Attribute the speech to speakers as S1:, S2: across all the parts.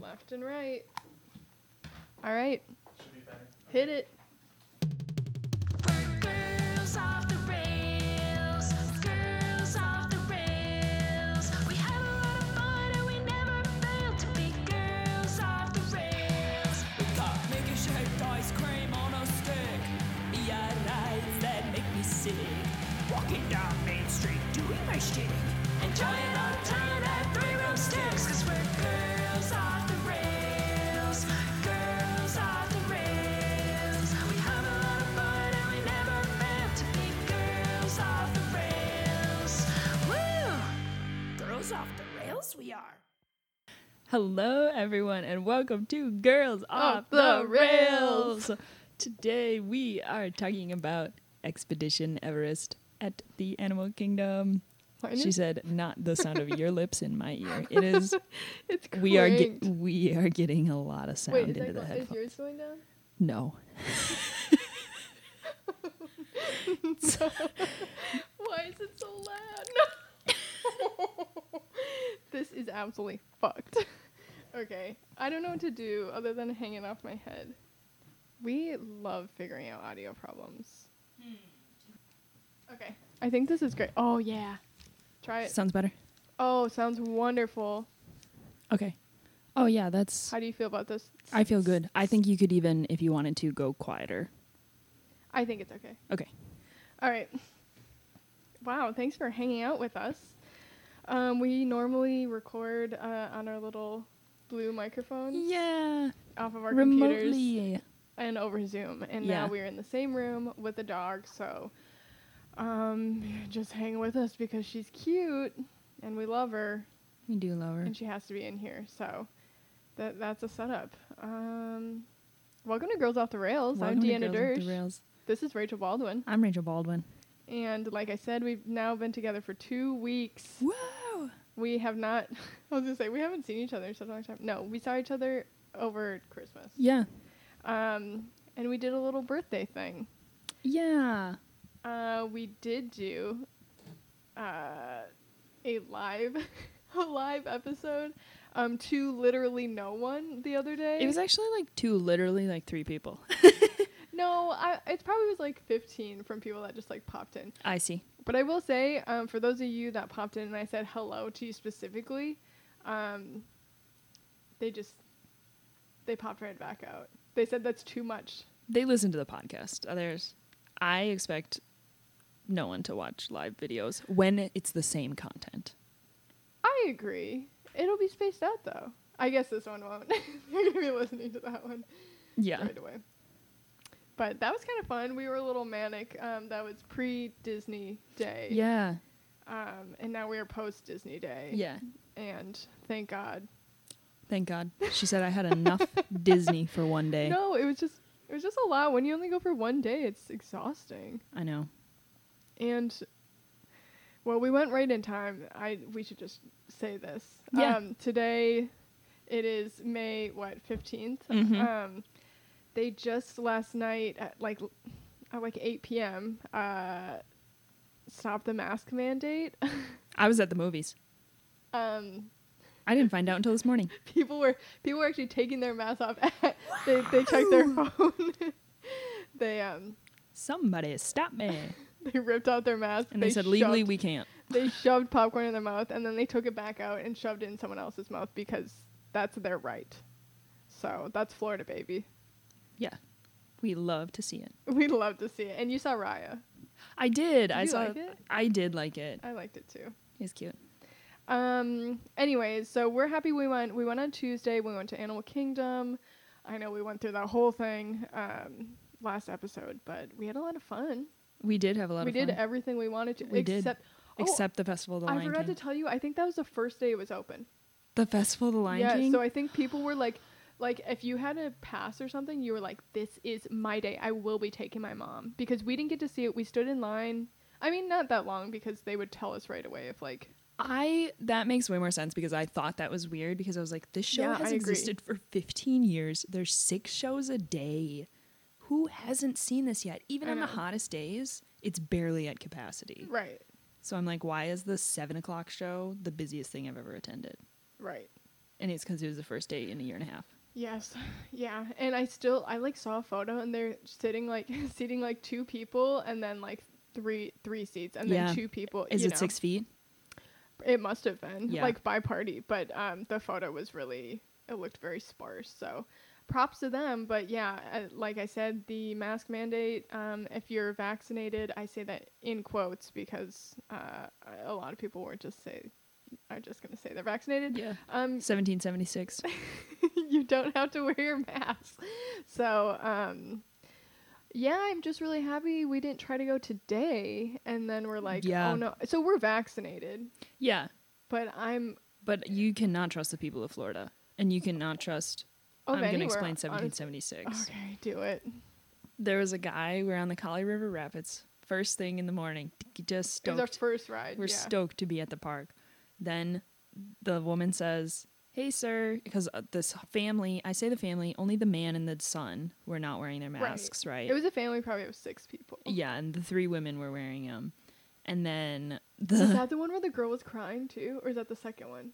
S1: left and right. All right,
S2: Should be better.
S1: hit it.
S3: Girls off the rails, girls off the rails. We had a lot of fun and we never failed to be girls off the rails.
S4: We got Mickey shaped ice cream on a stick. Yeah, lights that make me sick. Walking down Main Street, doing my shit.
S3: Enjoying our time at Three Room Sticks, cause we're girls off the rails, girls off the rails. We have a lot of fun and we never failed to be girls off the rails. Woo!
S4: Girls off the rails, we are.
S5: Hello, everyone, and welcome to Girls Off
S1: the
S5: the Rails. Today we are talking about Expedition Everest at the Animal Kingdom.
S1: Mine
S5: She
S1: is-
S5: said, "Not the sound of your lips in my ear. It is.
S1: it's
S5: We are
S1: cranked.
S5: get, we are getting a lot of sound
S1: Wait, is, that
S5: into the
S1: go- is
S5: headphones.
S1: yours going down?
S5: No,
S1: Why is it so loud? No. this is absolutely fucked. Okay, I don't know what to do other than hang it off my head. We love figuring out audio problems. Okay, I think this is great. Oh yeah, try it.
S5: sounds better.
S1: Oh, sounds wonderful.
S5: Okay. Oh yeah, that's.
S1: How do you feel about this?
S5: I feel good. I think you could even, if you wanted to, go quieter.
S1: I think it's okay.
S5: Okay.
S1: All right. Wow, thanks for hanging out with us. Um, we normally record uh, on our little blue microphones
S5: Yeah.
S1: off of our computers
S5: Remotely.
S1: and over Zoom. And
S5: Yeah.
S1: now we're in the same room with a dog, so um, just hang with us because she's cute and we love her
S5: We do lower.
S1: and she has to be in here. So that that's a setup. Um, welcome to Girls Off the Rails.
S5: Welcome
S1: I'm
S5: to
S1: Deanna
S5: Girls Off
S1: Dersh.
S5: the Rails.
S1: This is Rachel Baldwin.
S5: I'm Rachel Baldwin.
S1: And like I said, we've now been together for two weeks.
S5: Whoa.
S1: We have not. I was gonna say we haven't seen each other in such a long time. No, we saw each other over Christmas.
S5: Yeah.
S1: Um, and we did a little birthday thing.
S5: Yeah.
S1: Uh, we did do uh, a live, a live episode um, to literally no one the other day.
S5: It was actually like two, literally like three people.
S1: no, I, it probably was like fifteen from people that just like popped in.
S5: I see.
S1: But I will say, um, for those of you that popped in and I said hello to you specifically, um, they just they popped right back out. They said that's too much.
S5: They listen to the podcast. Others, I expect no one to watch live videos when it's the same content.
S1: I agree. It'll be spaced out though. I guess this one won't. You're gonna be listening to that one
S5: Yeah.
S1: right away. But that was kind of fun. We were a little manic. Um, that was pre Disney Day.
S5: Yeah.
S1: Um, and now we are post Disney Day.
S5: Yeah.
S1: And thank God.
S5: Thank God. She said I had enough Disney for one day.
S1: No, it was just it was just a lot. When you only go for one day, it's exhausting.
S5: I know.
S1: And well, we went right in time. I we should just say this.
S5: Yeah.
S1: Um, today, it is May what 15th
S5: Mhm.
S1: Um, they just last night at like l- at like eight p.m. Uh, stopped the mask mandate.
S5: I was at the movies.
S1: um,
S5: I didn't find out until this morning.
S1: people were people were actually taking their masks off. they they checked their phone. they um.
S5: Somebody stop me.
S1: they ripped out their mask
S5: And they, said, legally,
S1: shoved-
S5: we can't.
S1: they shoved popcorn in their mouth and then they took it back out and shoved it in someone else's mouth because that's their right. So that's Florida, baby.
S5: Yeah. We love to see it.
S1: We love to see it. And you saw Raya.
S5: I did. I
S1: you
S5: saw
S1: like it?
S5: I did like it.
S1: I liked it too.
S5: It's cute.
S1: Um. Anyways, so we're happy we went. We went on Tuesday. We went to Animal Kingdom. I know we went through that whole thing um, last episode, but we had a lot of fun.
S5: We did have a lot
S1: we
S5: of fun.
S1: did everything we wanted to,
S5: We did.
S1: except Oh,
S5: except the Festival of the
S1: I
S5: Lion
S1: forgot
S5: King.
S1: to tell you. I think that was the first day it was open.
S5: the Festival of the Lion
S1: yeah,
S5: King.
S1: so I think people were like, like if you had a pass or something, you were like, "This is my day. I will be taking my mom." Because we didn't get to see it. We stood in line. I mean, not that long because they would tell us right away if like.
S5: I that makes way more sense because I thought that was weird because I was like, this show
S1: Yeah, I
S5: has
S1: agree.
S5: existed for 15 years. There's six shows a day. Who hasn't seen this yet? Even
S1: I
S5: on the
S1: know.
S5: hottest days, it's barely at capacity.
S1: Right.
S5: So I'm like, why is the seven o'clock show the busiest thing I've ever attended?
S1: Right.
S5: and it's because it was the first day in a year and a half.
S1: Yes, yeah, and I still I like saw a photo and they're sitting like seating like two people and then like three three seats and
S5: Yeah.
S1: then two people.
S5: Is
S1: you
S5: it
S1: know.
S5: six feet?
S1: It must have been
S5: Yeah.
S1: like by party, but um, the photo was really it looked very sparse. So props to them. But yeah, uh, like I said, the mask mandate. Um, if you're vaccinated, I say that in quotes because uh, a lot of people were just say are just gonna say they're vaccinated.
S5: Yeah.
S1: Um,
S5: 1776.
S1: you don't have to wear your mask. So, um, yeah, I'm just really happy we didn't try to go today. And then we're like,
S5: Yeah.
S1: oh no. So we're vaccinated,
S5: yeah,
S1: but I'm
S5: but you cannot trust the people of Florida, and you cannot trust.
S1: of
S5: I'm going to
S1: Oh, anywhere,
S5: explain
S1: honest-
S5: 1776.
S1: Okay, do it.
S5: There was a guy. We are on the Kali River Rapids. First thing in the morning, just
S1: It was our
S5: stoked.
S1: first ride.
S5: We're
S1: yeah.
S5: stoked to be at the park. Then the woman says, "Hey, sir," because uh, this family. I say the family. Only the man and the son were not wearing their masks, right?
S1: It was a family probably of six people.
S5: yeah, and the three women were wearing them. And then
S1: Is
S5: the
S1: that the one where the girl was crying too, or is that the second one?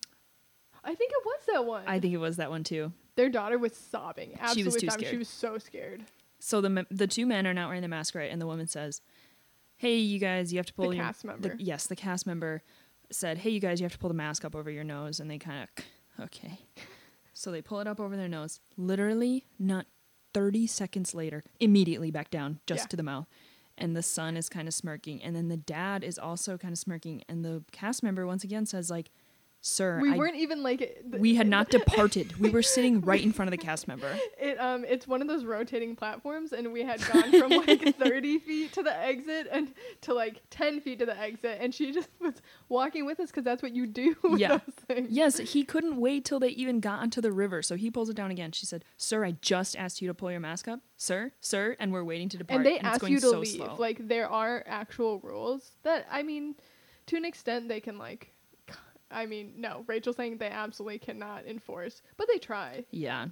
S1: I think it was that one.
S5: I think it was that one too.
S1: their daughter was sobbing. Absolutely
S5: too
S1: sobbing. She
S5: scared.
S1: was so scared.
S5: So the m- the two men are not wearing the mask, right? And the woman says, "Hey, you guys, you have to pull your
S1: cast member.
S5: yes, the cast member said, "Hey, you guys, you have to pull the mask up over your nose." And they kind of okay. So they pull it up over their nose. Literally, not thirty seconds later, immediately back down, just
S1: Yeah.
S5: to the mouth. And the son is kind of smirking, and then the dad is also kind of smirking. And the cast member once again says, "Like, sir,
S1: We
S5: I-
S1: weren't even like th-
S5: we had not departed. We were sitting right in front of the cast member."
S1: It um, it's one of those rotating platforms, and we had gone from like thirty feet to the exit and to like ten feet to the exit, and she just was walking with us because that's what you do. With
S5: Yeah.
S1: those things.
S5: Yes, he couldn't wait till they even got onto the river, so he pulls it down again. She said, "Sir, I just asked you to pull your mask up, sir, sir," and we're waiting to depart.
S1: and they
S5: it's
S1: ask
S5: going
S1: you to
S5: so
S1: leave.
S5: slow.
S1: Like there are actual rules that I mean, to an extent they can like, I mean, no, Rachel's saying they absolutely cannot enforce, but they try.
S5: yeah,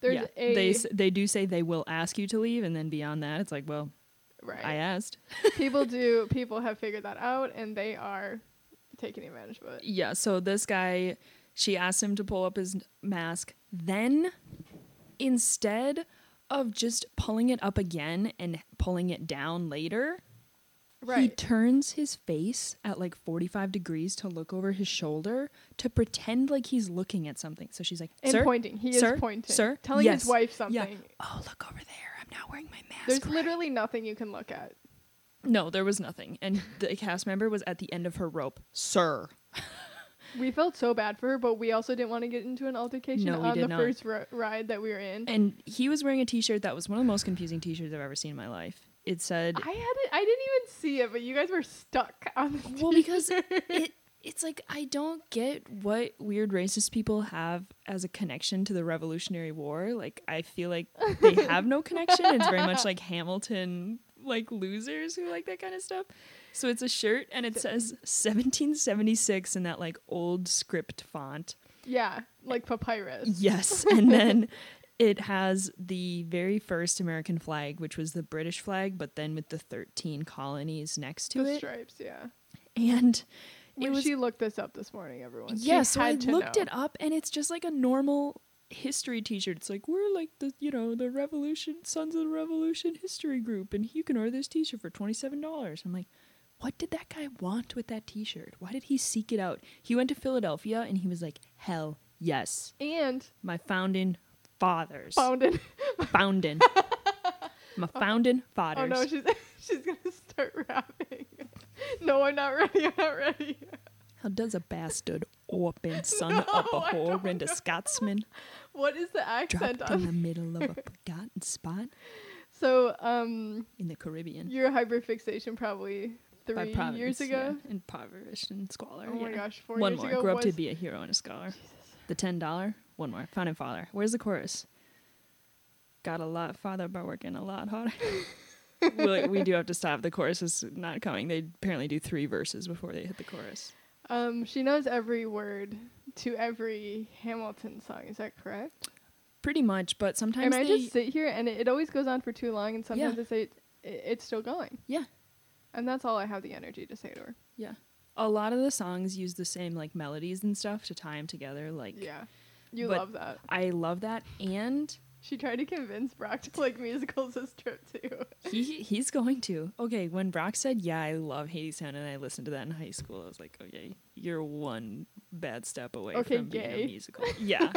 S1: There's
S5: yeah.
S1: a
S5: they s- they do say they will ask you to leave, and then beyond that, it's like, well, I
S1: right.
S5: asked.
S1: people do people have figured that out, and they are taking advantage of it.
S5: Yeah, so this guy, she asked him to pull up his mask. Then, instead of just pulling it up again and pulling it down later, He
S1: Right.
S5: turns his face at like 45 degrees to look over his shoulder to pretend like he's looking at something. So she's like,
S1: and
S5: sir,
S1: pointing. He
S5: sir,
S1: is pointing.
S5: sir,
S1: Telling
S5: yes,
S1: his wife
S5: yeah."
S1: something.
S5: Oh, look over there. I'm not wearing my mask.
S1: There's
S5: right?"
S1: literally nothing you can look at.
S5: no, there was nothing. And the cast member was at the end of her rope. Sir.
S1: We felt so bad for her, but we also didn't want to get into an altercation
S5: No, we
S1: on
S5: did
S1: the
S5: not.
S1: first ro- ride that we were in.
S5: And he was wearing a t shirt that was one of the most confusing t shirts I've ever seen in my life. It said,
S1: I had it. I didn't even see it, but you guys were stuck on the.
S5: Well, because it it's like I don't get what weird racist people have as a connection to the Revolutionary War. Like I feel like they have no connection. It's very much like Hamilton like losers who like that kind of stuff. So it's a shirt and it says 1776 in that like old script font.
S1: yeah, like papyrus.
S5: Yes, and then it has the very first American flag, which was the British flag, but then with the 13 colonies next to
S1: the
S5: it.
S1: stripes. Yeah.
S5: And it
S1: When
S5: was
S1: she looked this up this morning, everyone. She
S5: yeah, so I
S1: had to
S5: looked
S1: know.
S5: it up, and it's just like a normal history T-shirt. It's like we're like the you know the Revolution Sons of the Revolution history group, and you can order this T-shirt for twenty seven dollars. I'm like, what did that guy want with that T-shirt? Why did he seek it out? He went to Philadelphia, and he was like, hell yes,
S1: And
S5: my founding fathers,
S1: found it.
S5: founding, my founding fathers.
S1: Oh no, she's she's gonna start rapping. no, I'm not ready. I'm not ready.
S5: How does a bastard orphan son of a
S1: No, I don't
S5: whore and a
S1: know. uh,
S5: Scotsman
S1: What is the accent
S5: dropped in the
S1: on?
S5: middle of a forgotten spot?
S1: So, um,
S5: in the Caribbean.
S1: your hyperfixation probably
S5: by
S1: three
S5: providence,
S1: years ago.
S5: yeah, impoverished and squalor.
S1: Oh my
S5: yeah.
S1: gosh, four
S5: one
S1: years
S5: more.
S1: ago
S5: Grow up to
S1: was-
S5: be a hero and a scholar. The ten dollar. One more. Found and father. Where's the chorus? Got a lot farther by working a lot harder. we, we do have to stop. The chorus is not coming. They apparently do three verses before they hit the chorus.
S1: Um, she knows every word to every Hamilton song. Is that correct?
S5: Pretty much, but sometimes
S1: and I
S5: they
S1: just sit here, and it, it always goes on for too long, and sometimes
S5: Yeah.
S1: I say it, it, it's still going,
S5: yeah
S1: and that's all I have the energy to say to her.
S5: yeah. A lot of the songs use the same like melodies and stuff to tie them together. Like
S1: Yeah, You
S5: But-
S1: love that.
S5: I love that, and
S1: She tried to convince Brock to like musicals this trip too.
S5: he he's going to. Okay, when Brock said, "Yeah, I love Hadestown," and I listened to that in high school, I was like, "Okay, you're one bad step away
S1: Okay,
S5: from being
S1: gay.
S5: a musical." Yeah.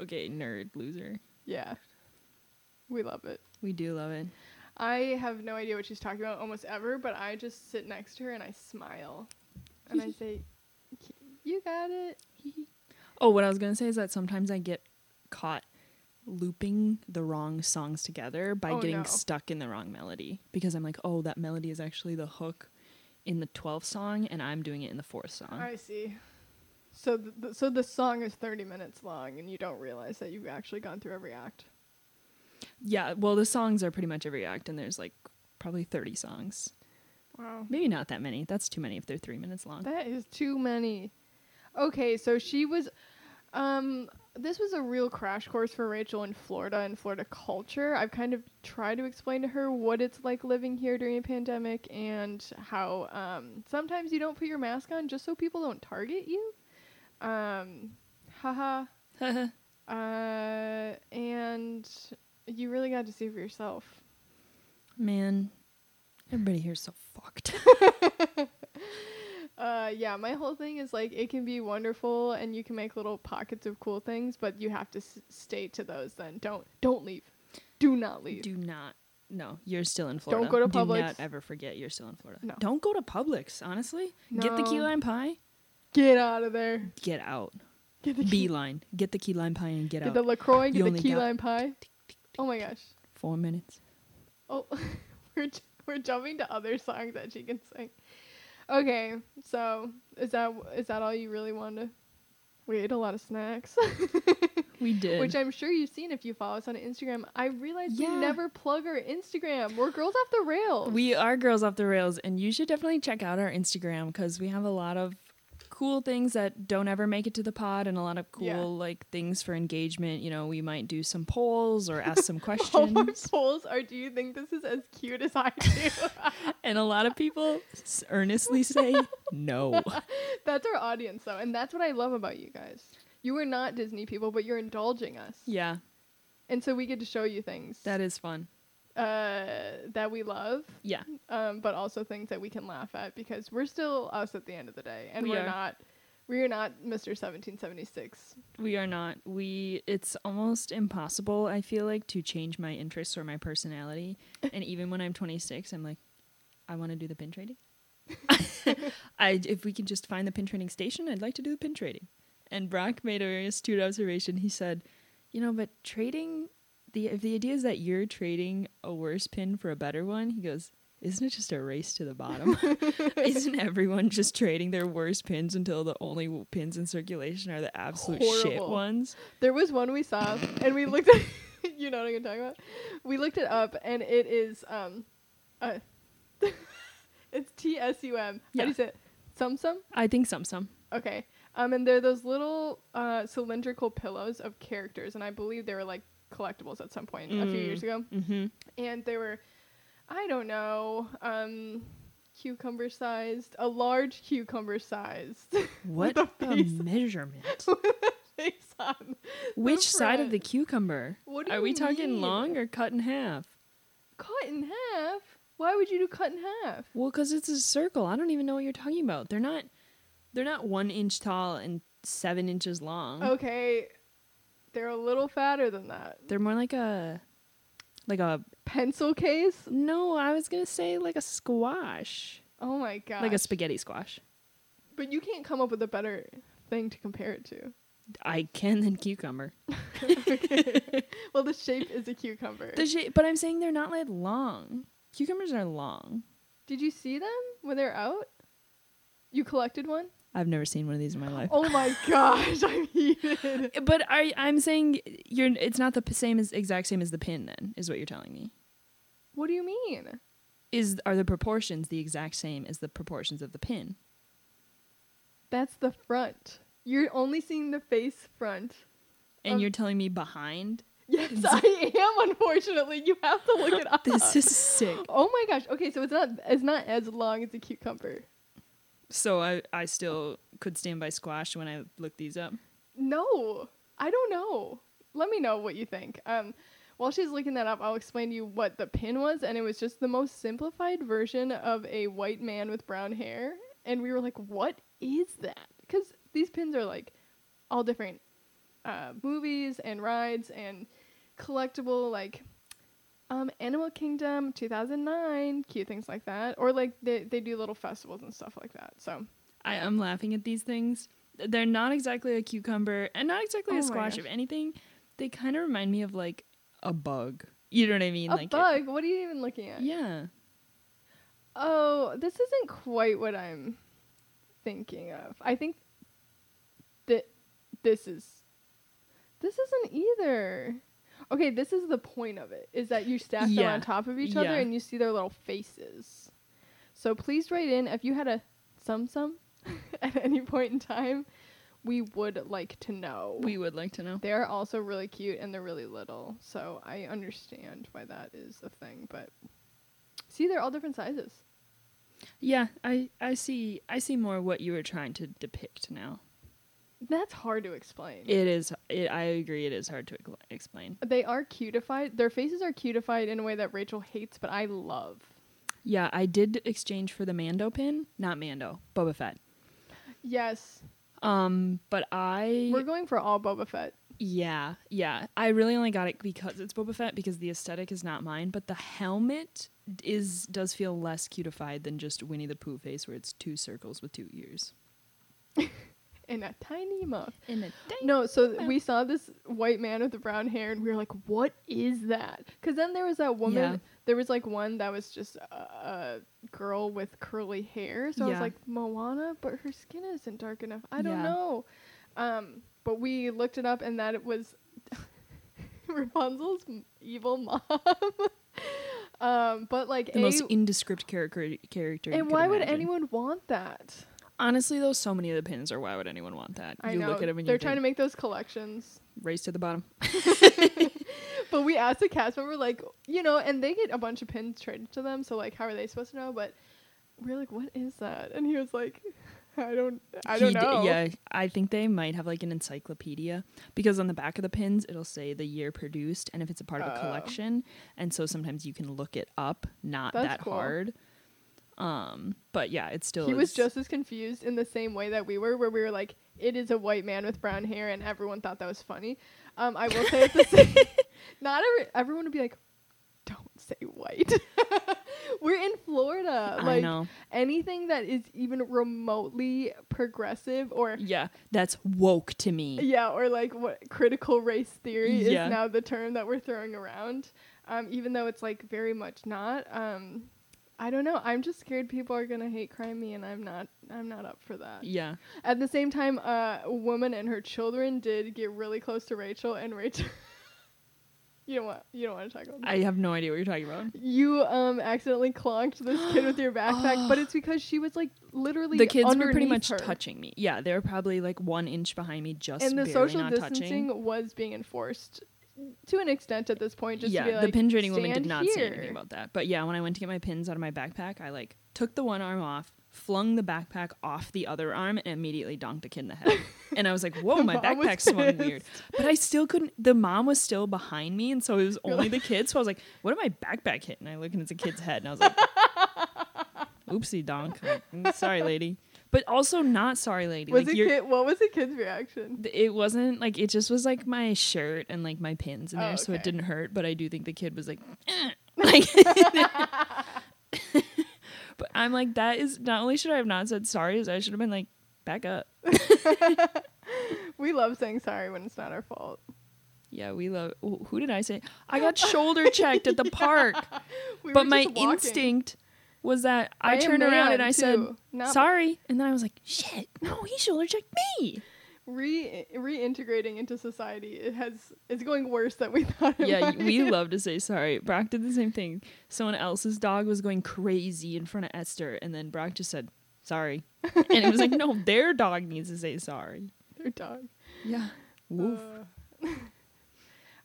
S5: okay, nerd loser.
S1: Yeah. We love it.
S5: We do love it.
S1: I have no idea what she's talking about almost ever, but I just sit next to her and I smile. And I say, "K- You got it.
S5: Oh, what I was gonna say is that sometimes I get caught looping the wrong songs together by
S1: Oh,
S5: getting
S1: no.
S5: stuck in the wrong melody because I'm like, oh, that melody is actually the hook in the 12th song, and I'm doing it in the fourth song.
S1: I see. So, th- th- so the song is 30 minutes long, and you don't realize that you've actually gone through every act.
S5: Yeah, well, the songs are pretty much every act, and there's like probably 30 songs.
S1: Wow.
S5: Maybe not that many. That's too many if they're three minutes long.
S1: That is too many. Okay, so she was um this was a real crash course for Rachel in Florida and Florida culture. I've kind of tried to explain to her what it's like living here during a pandemic and how um sometimes you don't put your mask on just so people don't target you. Um haha. uh and you really got to see for yourself.
S5: Man, everybody here's so fucked.
S1: Uh, yeah, my whole thing is like it can be wonderful and you can make little pockets of cool things, but you have to s- stay to those. Then don't don't leave, do not leave.
S5: Do not. No, you're still in Florida.
S1: go to
S5: Do
S1: Publix.
S5: not ever forget you're still in Florida.
S1: No.
S5: Don't go to Publix, honestly. Get the key
S1: No.
S5: lime pie.
S1: Get out of there.
S5: Get out.
S1: Get the key,
S5: Beeline. Get the key lime pie and get
S1: get
S5: out.
S1: the Lacroix,
S5: You
S1: get the
S5: only
S1: key
S5: got-
S1: lime pie. Oh my gosh.
S5: Four minutes.
S1: Oh, we're j- we're jumping to other songs that she can sing. Okay, so is that is that all you really wanted? to? We ate a lot of snacks,
S5: We did.
S1: which I'm sure you've seen if you follow us on Instagram. I realized
S5: Yeah.
S1: we never plug our Instagram. We're girls off the rails.
S5: we are girls off the rails, and you should definitely check out our Instagram because we have a lot of cool things that don't ever make it to the pod, and a lot of cool
S1: Yeah.
S5: like things for engagement. You know, we might do some polls or ask some
S1: All my
S5: questions,
S1: polls are do you think this is as cute as I do?
S5: and a lot of people s- earnestly say no.
S1: that's our audience though, and that's what I love about you guys. You are not Disney people, but you're indulging us.
S5: Yeah,
S1: And so we get to show you things
S5: that is fun.
S1: uh that we love,
S5: Yeah,
S1: um, but also things that we can laugh at because we're still us at the end of the day and
S5: We
S1: we are
S5: are.
S1: not we are not Mr. seventeen seventy six.
S5: we are not. We it's almost impossible. I feel like to change my interests or my personality, and even when I'm 26, I'm like, I want to do the pin trading. I if we could just find the pin trading station, I'd like to do the pin trading. And Brock made a very astute observation. He said, "You know, but trading the if the idea is that you're trading a worse pin for a better one, he goes." Isn't it just a race to the bottom? Isn't everyone just trading their worst pins until the only w- pins in circulation are the absolute shit
S1: Horrible.
S5: ones?
S1: There was one we saw and we looked at you know what I'm talking about? We looked it up and it is um uh it's T S U M. How
S5: Yeah.
S1: do you say it? Sum sum?
S5: I think some some.
S1: Okay. Um and they're those little uh cylindrical pillows of characters and I believe they were like collectibles at some point a few
S5: Mm.
S1: years ago.
S5: Mm-hmm.
S1: And they were I don't know, um cucumber sized, a large cucumber sized
S5: What
S1: a
S5: a
S1: face.
S5: measurement!
S1: face on.
S5: Which side of
S1: front.
S5: the cucumber?
S1: What do
S5: are
S1: you
S5: we talking
S1: mean?
S5: long or cut in half?
S1: Cut in half? Why would you do cut in half?
S5: Well, because it's a circle. I don't even know what you're talking about. They're not. They're not one inch tall and seven inches long.
S1: Oh. Okay, they're a little fatter than that.
S5: They're more like a, like a.
S1: Pencil case?
S5: No, I was gonna say like a squash,
S1: Oh my god.
S5: like a spaghetti squash.
S1: But you can't come up with a better thing to compare it to.
S5: I can than cucumber.
S1: Well, the shape is a cucumber.
S5: The shape, but I'm saying they're not like long. Cucumbers are long.
S1: Did you see them when they're out? You collected one?
S5: I've never seen one of these in my life.
S1: Oh my gosh, I'm heated.
S5: But I, I'm saying you're. It's not the p- same as exact same as the pin. Then is what you're telling me.
S1: What do you mean?
S5: Is are the proportions the exact same as the proportions of the pin?
S1: That's the front. You're only seeing the face front.
S5: And
S1: Um,
S5: you're telling me behind?
S1: Yes, I am. Unfortunately, you have to look it up.
S5: This is sick.
S1: Oh my gosh. Okay, so it's not it's not as long as a cucumber.
S5: So I, I still could stand by squash when I look these up.
S1: No, I don't know. Let me know what you think. Um, while she's looking that up, I'll explain to you what the pin was, and it was just the most simplified version of a white man with brown hair. And we were like, "What is that?" Because these pins are like all different uh, movies and rides and collectible, like um, Animal Kingdom 2009, cute things like that, or like they they do little festivals and stuff like that. So
S5: I am laughing at these things. They're not exactly a cucumber and not exactly
S1: Oh
S5: a
S1: my
S5: squash.
S1: gosh.
S5: If anything, they kind of remind me of like a bug. You know what I mean?
S1: a
S5: like it-
S1: bug. what are you even looking at?
S5: yeah.
S1: Oh, this isn't quite what I'm thinking of. I think that this is this isn't either. Okay, this is the point of it is that you stack them
S5: Yeah,
S1: on top of each other
S5: yeah.
S1: and you see their little faces. So please write in if you had a sum sum at any point in time. We would like to know.
S5: We would like to know.
S1: They're also really cute and they're really little. So I understand why that is a thing, but see they're all different sizes.
S5: Yeah, I I see I see more what you were trying to depict now.
S1: That's hard to explain.
S5: It is it, I agree it is hard to ex- explain.
S1: they are cutified. Their faces are cutified in a way that Rachel hates, but I love.
S5: Yeah, I did exchange for the Mando pin, not Mando, Boba Fett.
S1: Yes,
S5: Um, but I
S1: we're going for all Boba Fett.
S5: Yeah, yeah. I really only got it because it's Boba Fett because the aesthetic is not mine, but the helmet d- is does feel less cutified than just Winnie the Pooh face where it's two circles with two ears.
S1: And a tiny muff.
S5: In a
S1: No, so th- we saw this white man with the brown hair, and we were like, "What is that?" Because then there was that woman.
S5: Yeah.
S1: There was like one that was just a, a girl with curly hair. So I was
S5: Yeah.
S1: like, "Moana," but her skin isn't dark enough. I don't
S5: Yeah.
S1: know. Um, but we looked it up, and that it was Rapunzel's m- evil mom. um, but like,
S5: the
S1: a,
S5: most indescript character character. you
S1: and
S5: could
S1: why would
S5: imagine.
S1: anyone want that?
S5: Honestly though, so many of the pins are why would anyone want that?
S1: I
S5: you
S1: know
S5: look at them and
S1: they're
S5: you
S1: trying to
S5: think,
S1: make those collections.
S5: race to the bottom.
S1: but we asked the cast member like you know and they get a bunch of pins traded to them so like how are they supposed to know but we are like what is that and he was like i don't i don't
S5: He d-
S1: know
S5: yeah, I think they might have like an encyclopedia because on the back of the pins it'll say the year produced and if it's a part of a
S1: Oh.
S5: collection, and so sometimes you can look it up, not
S1: That's
S5: that
S1: cool.
S5: hard. Um, but yeah, it still
S1: he was
S5: is-
S1: just as confused in the same way that we were where we were like it is a white man with brown hair and everyone thought that was funny um i will say it's the same not every, everyone would be like don't say white we're in florida
S5: I
S1: like
S5: know.
S1: anything that is even remotely progressive or
S5: Yeah, that's woke to me.
S1: Yeah, or like what critical race theory
S5: E. Yeah.
S1: is now the term that we're throwing around, um, even though it's like very much not. Um, I don't know. I'm just scared people are gonna hate crime me, and I'm not. I'm not up for that.
S5: Yeah.
S1: At the same time, uh, a woman and her children did get really close to Rachel, and Rachel. you don't want. You don't want to talk about. That.
S5: I have no idea what you're talking about.
S1: you um accidentally clonked this kid with your backpack, but it's because she was like literally
S5: Oh. The kids were pretty
S1: underneath
S5: much
S1: her.
S5: touching me. Yeah, they were probably like one inch behind me, just
S1: and the
S5: barely
S1: social
S5: not
S1: distancing
S5: touching.
S1: was being enforced to an extent at this point. Just
S5: yeah,
S1: to be like,
S5: the pin trading woman did
S1: "Stand
S5: not say anything
S1: here."
S5: about that. But yeah, when I went to get my pins out of my backpack, I like took the one arm off, flung the backpack off the other arm, and immediately donked the kid in the head. and I was like, "Whoa, my
S1: mom was
S5: backpack swung weird." But I still couldn't. The mom was still behind me, and so it was only the kid. So I was like, "What did my backpack hit?" And I look, and it's a kid's head, and I was like, "Oopsie, donk." Like, "Mm, sorry, lady. But also not sorry, lady.
S1: Was
S5: like,
S1: the
S5: you're-
S1: kid? What was the kid's reaction?
S5: th- it wasn't like it just was like my shirt and like my pins in
S1: Oh,
S5: there, so it
S1: okay.
S5: didn't hurt. But I do think the kid was like, "Eh," like. but I'm like, that is not only should I have not said sorry, is I should have been like, back up.
S1: We love saying sorry when it's not our fault.
S5: Yeah, we love. wh- Who did I say? I got shoulder checked at the park,
S1: We
S5: but
S1: were
S5: my
S1: just walking
S5: instinct was that
S1: by
S5: I
S1: a
S5: turned around and
S1: man,
S5: I said
S1: too. Not-
S5: sorry, and then I was like, shit, no, he shoulder checked me.
S1: re reintegrating into society. It has it's going worse than we thought. It
S5: yeah,
S1: might.
S5: y- we love to say sorry. Brock did the same thing. Someone else's dog was going crazy in front of Esther, and then Brock just said, sorry. And it was like, no, their dog needs to say sorry.
S1: their dog.
S5: Yeah. Woof.
S1: Uh,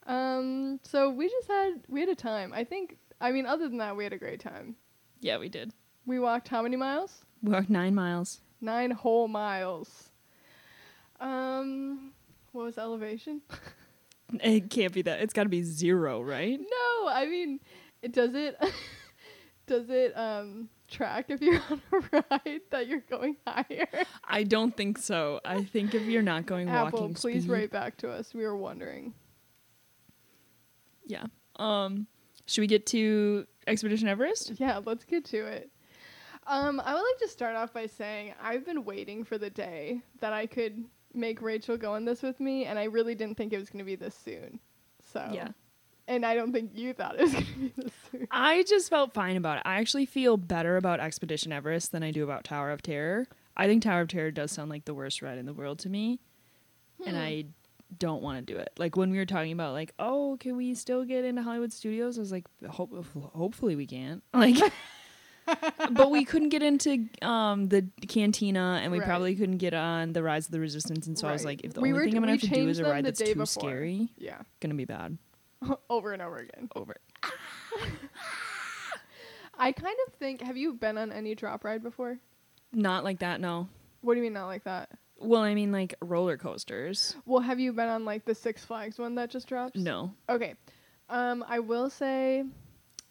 S1: um. So we just had we had a time. I think. I mean, other than that, we had a great time.
S5: Yeah, we did.
S1: We walked how many miles?
S5: We walked nine miles.
S1: nine whole miles. Um, What was elevation?
S5: It can't be that. It's got to be zero, right?
S1: No, I mean, it does it does it um track if you're on a ride that you're going higher?
S5: I don't think so. I think if you're not going
S1: Apple,
S5: walking
S1: please
S5: speed,
S1: write back to us. We were wondering.
S5: Yeah. Um, should we get to Expedition Everest?
S1: Yeah, let's get to it. Um, I would like to start off by saying I've been waiting for the day that I could make Rachel go on this with me, and I really didn't think it was going to be this soon. So
S5: Yeah.
S1: and I don't think you thought it was going to be this soon.
S5: I just felt fine about it. I actually feel better about Expedition Everest than I do about Tower of Terror. I think Tower of Terror does sound like the worst ride in the world to me, and
S1: Hmm.
S5: I don't want to do it. Like when we were talking about, like, oh, can we still get into Hollywood Studios? I was like, hope, hopefully we can. Like, but we couldn't get into um, the cantina, and we
S1: Right.
S5: probably couldn't get on the Rise of the Resistance. And so I was
S1: Right.
S5: like, if the
S1: We
S5: only
S1: were-
S5: thing I'm gonna
S1: we
S5: have to do
S1: changed
S5: is a
S1: them
S5: ride
S1: the
S5: that's
S1: day
S5: too
S1: before.
S5: scary,
S1: Yeah,
S5: gonna be bad.
S1: over and over again.
S5: Over.
S1: I kind of think. Have you been on any drop ride before?
S5: Not like that. No.
S1: What do you mean not like that?
S5: Well, I mean, like roller coasters.
S1: Well, have you been on like the Six Flags one that just drops?
S5: No.
S1: Okay. Um, I will say,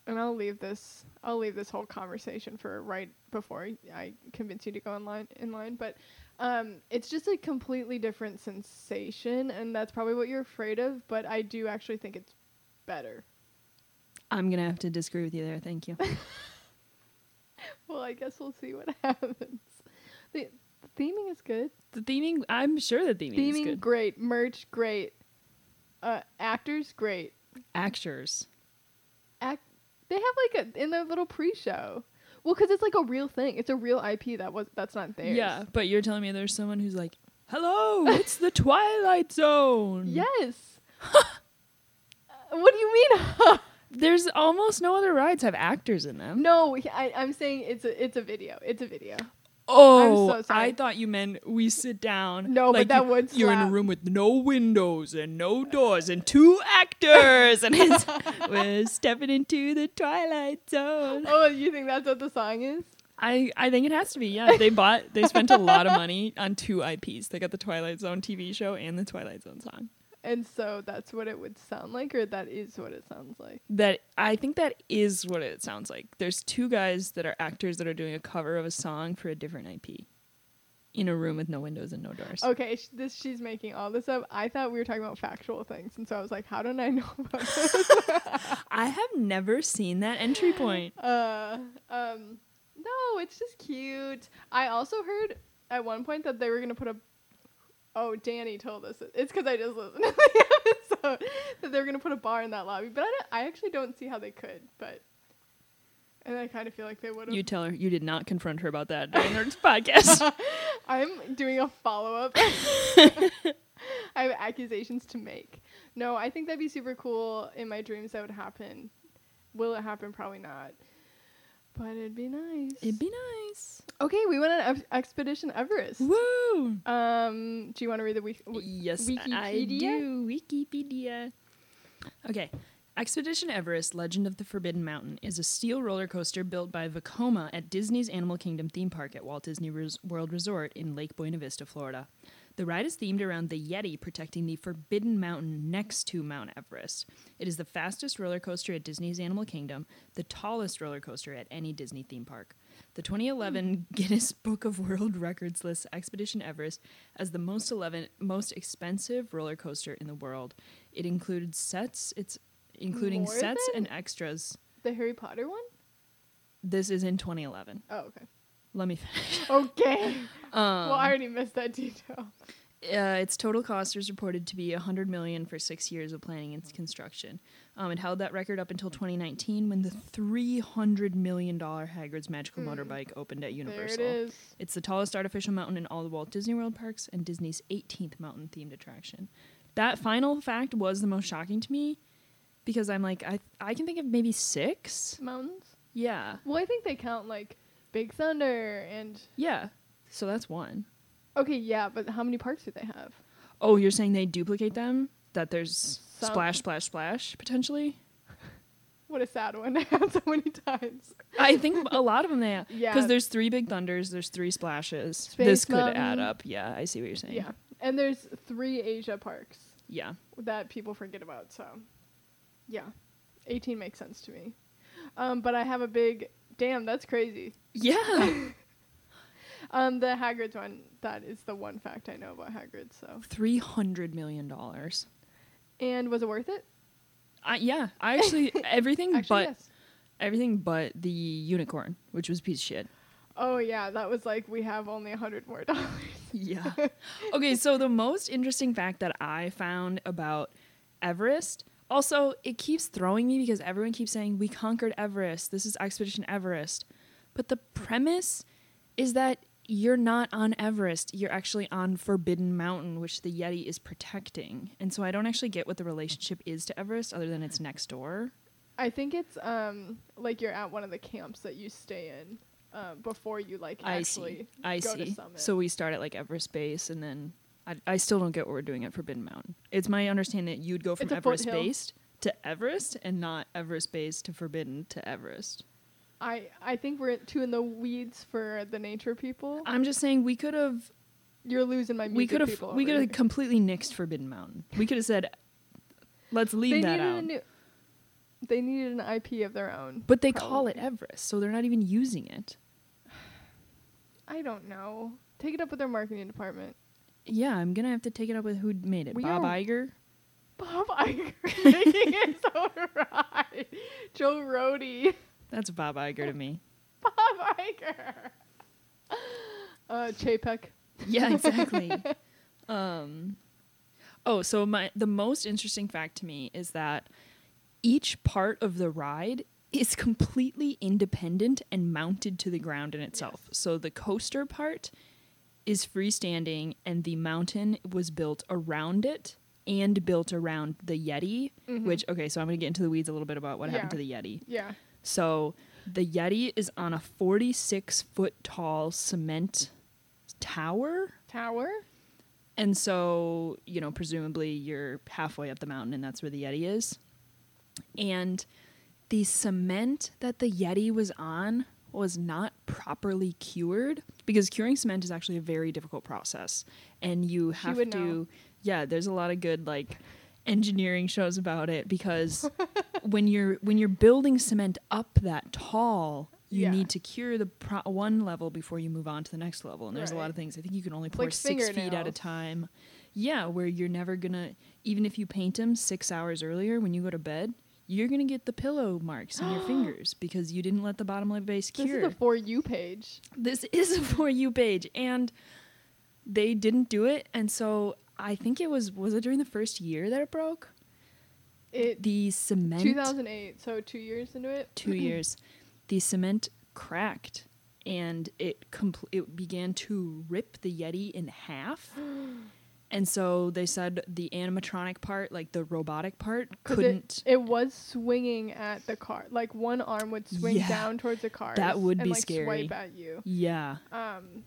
S1: and I'll leave this. I'll leave this whole conversation for right before I convince you to go online. In line, but um, it's just a completely different sensation, and that's probably what you're afraid of. But I do actually think it's better.
S5: I'm going to have to disagree with you there. Thank you.
S1: Well, I guess we'll see what happens. The, the theming is good.
S5: the theming, I'm sure the theming, is
S1: Theming
S5: good.
S1: great, merch great, uh, actors great.
S5: Actors.
S1: Act, they have like a in their little pre-show. Well, because it's like a real thing. It's a real IP that was that's not theirs.
S5: Yeah, but you're telling me there's someone who's like, hello, it's the Twilight Zone.
S1: Yes. Uh, what do you mean? huh?
S5: There's almost no other rides have actors in them.
S1: no, I, I'm saying it's a it's a video. It's a video.
S5: Oh,
S1: I'm so sorry.
S5: I thought you meant we sit down.
S1: No, but that
S5: you,
S1: would
S5: You're in
S1: slap.
S5: a room with no windows and no doors and two actors, and it's, we're stepping into the Twilight Zone.
S1: Oh, you think that's what the song is?
S5: I, I think it has to be. Yeah, they bought they spent a lot of money on two IPs. They got the Twilight Zone TV show and the Twilight Zone song.
S1: And so that's what it would sound like, or that is what it sounds like.
S5: That I think that is what it sounds like. There's two guys that are actors that are doing a cover of a song for a different IP in a room with no windows and no doors.
S1: Okay, sh- this she's making all this up. I thought we were talking about factual things, and so I was like, how didn't I know about this?
S5: I have never seen that entry point.
S1: uh, um, no, it's just cute. I also heard at one point that they were gonna put a. Oh, Danny told us it- it's because I just listened to the episode that they were gonna put a bar in that lobby, but I, don't, I actually don't see how they could. But and I kind of feel like they would
S5: You
S1: have.
S5: tell her you did not confront her about that during our podcast.
S1: I'm doing a follow up. I have accusations to make. No, I think that'd be super cool. In my dreams, that would happen. Will it happen? Probably not. But it'd be nice.
S5: It'd be nice.
S1: okay. We went on ex- expedition Everest.
S5: Woo!
S1: Um, do you want to read the week? w-
S5: Yes, I
S1: Wikipedia?
S5: do. Wikipedia. Okay. Expedition Everest Legend of the Forbidden Mountain is a steel roller coaster built by Vacoma at Disney's Animal Kingdom theme park at Walt Disney Res- World Resort in Lake Buena Vista, Florida. The ride is themed around the Yeti protecting the Forbidden Mountain next to Mount Everest. It is the fastest roller coaster at Disney's Animal Kingdom, the tallest roller coaster at any Disney theme park. The 2011
S1: Hmm.
S5: Guinness Book of World Records lists Expedition Everest as the most 11 most expensive roller coaster in the world. It includes sets, it's including
S1: More
S5: sets
S1: than-
S5: and extras.
S1: the Harry Potter one.
S5: This is in 2011.
S1: Oh, okay.
S5: Let me finish. Um,
S1: Okay. well, I already missed that detail.
S5: Uh, its total cost is reported to be 100 million for six years of planning
S1: Hmm.
S5: and construction. Um, it held that record up until 2019 when the 300 million dollar Hagrid's Magical Motorbike opened at Universal.
S1: Hmm. There it is.
S5: It's the tallest artificial mountain in all the Walt Disney World parks and Disney's 18th mountain themed attraction. That final fact was the most shocking to me because I'm like, I, I can think of maybe six.
S1: Mountains.
S5: Yeah.
S1: Well, I think they count like Big Thunder and
S5: Yeah. So that's one.
S1: okay, yeah. But how many parks do they have?
S5: Oh, you're saying they duplicate them? That there's
S1: Some-
S5: splash, splash, splash potentially?
S1: What a sad one. I had so many times.
S5: I think a lot of them they
S1: Yeah.
S5: Because there's three big thunders, there's three splashes.
S1: Space
S5: this could
S1: Mountain.
S5: add up. Yeah, I see what you're saying.
S1: Yeah. And there's three Asia parks
S5: Yeah.
S1: that people forget about. So, yeah, 18 makes sense to me. Um, but I have a big damn. That's crazy.
S5: Yeah.
S1: Um, the Hagrid's one. That is the one fact I know about Hagrid. So,
S5: Three hundred million dollars.
S1: and was it worth it?
S5: I yeah. I actually everything
S1: Actually,
S5: Hmm, but
S1: yes.
S5: everything but the unicorn, which was a piece of shit.
S1: Oh yeah, that was like we have only a hundred more dollars.
S5: Yeah. okay, so the most interesting fact that I found about Everest, also, it keeps throwing me because everyone keeps saying, We conquered Everest. This is Expedition Everest. But the premise is that you're not on Everest. You're actually on Forbidden Mountain, which the Yeti is protecting. And so I don't actually get what the relationship is to Everest other than it's next door.
S1: I think it's um like you're at one of the camps that you stay in uh, before you like
S5: I
S1: actually
S5: see. I
S1: go to
S5: see.
S1: summit.
S5: So we start at like Everest Base, and then I, I still don't get what we're doing at Forbidden Mountain. It's my understanding that you'd go from
S1: It's a
S5: Everest
S1: foothill.
S5: Base to Everest, and not Everest Base to Forbidden to Everest.
S1: I I think we're too in the weeds for the nature people.
S5: I'm just saying we could have
S1: You're losing my music
S5: Uh, we could have
S1: people.
S5: we
S1: over
S5: could have
S1: here.
S5: completely nixed Forbidden Mountain. We could have said, let's
S1: they
S5: leave that
S1: needed a
S5: out.
S1: new. They needed an IP of their own.
S5: but they call it
S1: probably.
S5: Everest, so they're not even using it.
S1: I don't know. Take it up with their marketing department.
S5: Yeah, I'm gonna have to take it up with who made it.
S1: We
S5: Bob
S1: are-
S5: Iger.
S1: Bob Iger taking his own ride. Joe Rohde.
S5: That's Bob Iger to me.
S1: Bob Iger. Uh, Chapek.
S5: Yeah, exactly. um, oh, so my the most interesting fact to me is that each part of the ride is completely independent and mounted to the ground in itself. So the coaster part is freestanding, and the mountain was built around it and built around the Yeti. Which okay, so I'm going to get into the weeds a little bit about what happened to the Yeti.
S1: Yeah.
S5: So the Yeti is on a 46 foot tall cement tower.
S1: Tower.
S5: And so, you know, presumably you're halfway up the mountain and that's where the Yeti is. And the cement that the Yeti was on was not properly cured because curing cement is actually a very difficult process. And you have to,
S1: would know.
S5: yeah, there's a lot of good like engineering shows about it because when you're when you're building cement up that tall, you
S1: Yeah.
S5: need to cure the pro- one level before you move on to the next level. And there's a lot
S1: Right.
S5: of things. I think you can only pour
S1: Like
S5: six feet at a
S1: fingernails.
S5: time. Yeah, where you're never gonna, even if you paint them six hours earlier when you go to bed, you're gonna get the pillow marks on your fingers because you didn't let the bottom lip base
S1: This
S5: cure.
S1: is the for you page.
S5: this is a for you page, and they didn't do it, and so I think it was was it during the first year that it broke
S1: It
S5: the cement
S1: 2008. So two years into it.
S5: two years, the cement cracked and it compl- it began to rip the Yeti in half. And so they said the animatronic part, like the robotic part,
S1: 'Cause
S5: couldn't.
S1: It, it was swinging at the car. Like one arm would swing
S5: Yeah.
S1: down towards the car.
S5: That would
S1: and,
S5: be
S1: like,
S5: scary.
S1: Swipe at you.
S5: yeah.
S1: Um,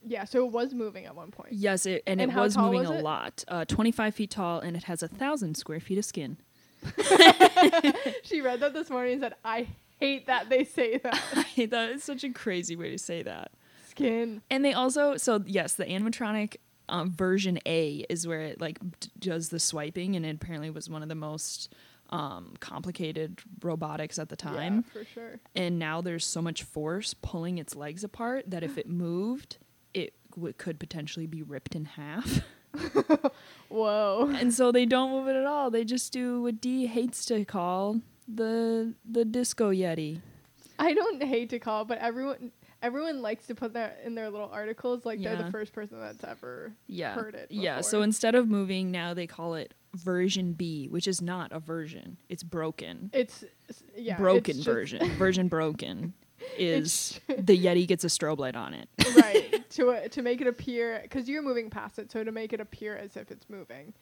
S1: yeah. So it was moving at one point.
S5: Yes, it, and,
S1: And
S5: it
S1: how
S5: was
S1: tall
S5: moving
S1: was
S5: a
S1: it?
S5: lot. Uh, 25 feet tall, and it has a thousand square feet of skin.
S1: She read that this morning and said, "I hate that they say that."
S5: that is such a crazy way to say that.
S1: Skin.
S5: And they also, so yes, the animatronic um, version A is where it like d- does the swiping, and it apparently was one of the most um, complicated robotics at the time.
S1: Yeah, for sure.
S5: And now there's so much force pulling its legs apart that if it moved, it w- could potentially be ripped in half.
S1: Whoa.
S5: and so they don't move it at all. They just do what Dee hates to call the the disco yeti.
S1: I don't hate to call, but everyone everyone likes to put that in their little articles. Like they're
S5: Yeah.
S1: the first person that's ever
S5: yeah
S1: heard it.
S5: yeah so
S1: before.
S5: instead of moving now they call it version b which is not a version it's broken
S1: it's it's- yeah it's
S5: broken
S1: just-
S5: version version broken is
S1: It's
S5: the yeti gets a strobe light on it
S1: right to uh, to make it appear because you're moving past it, so to make it appear as if it's moving.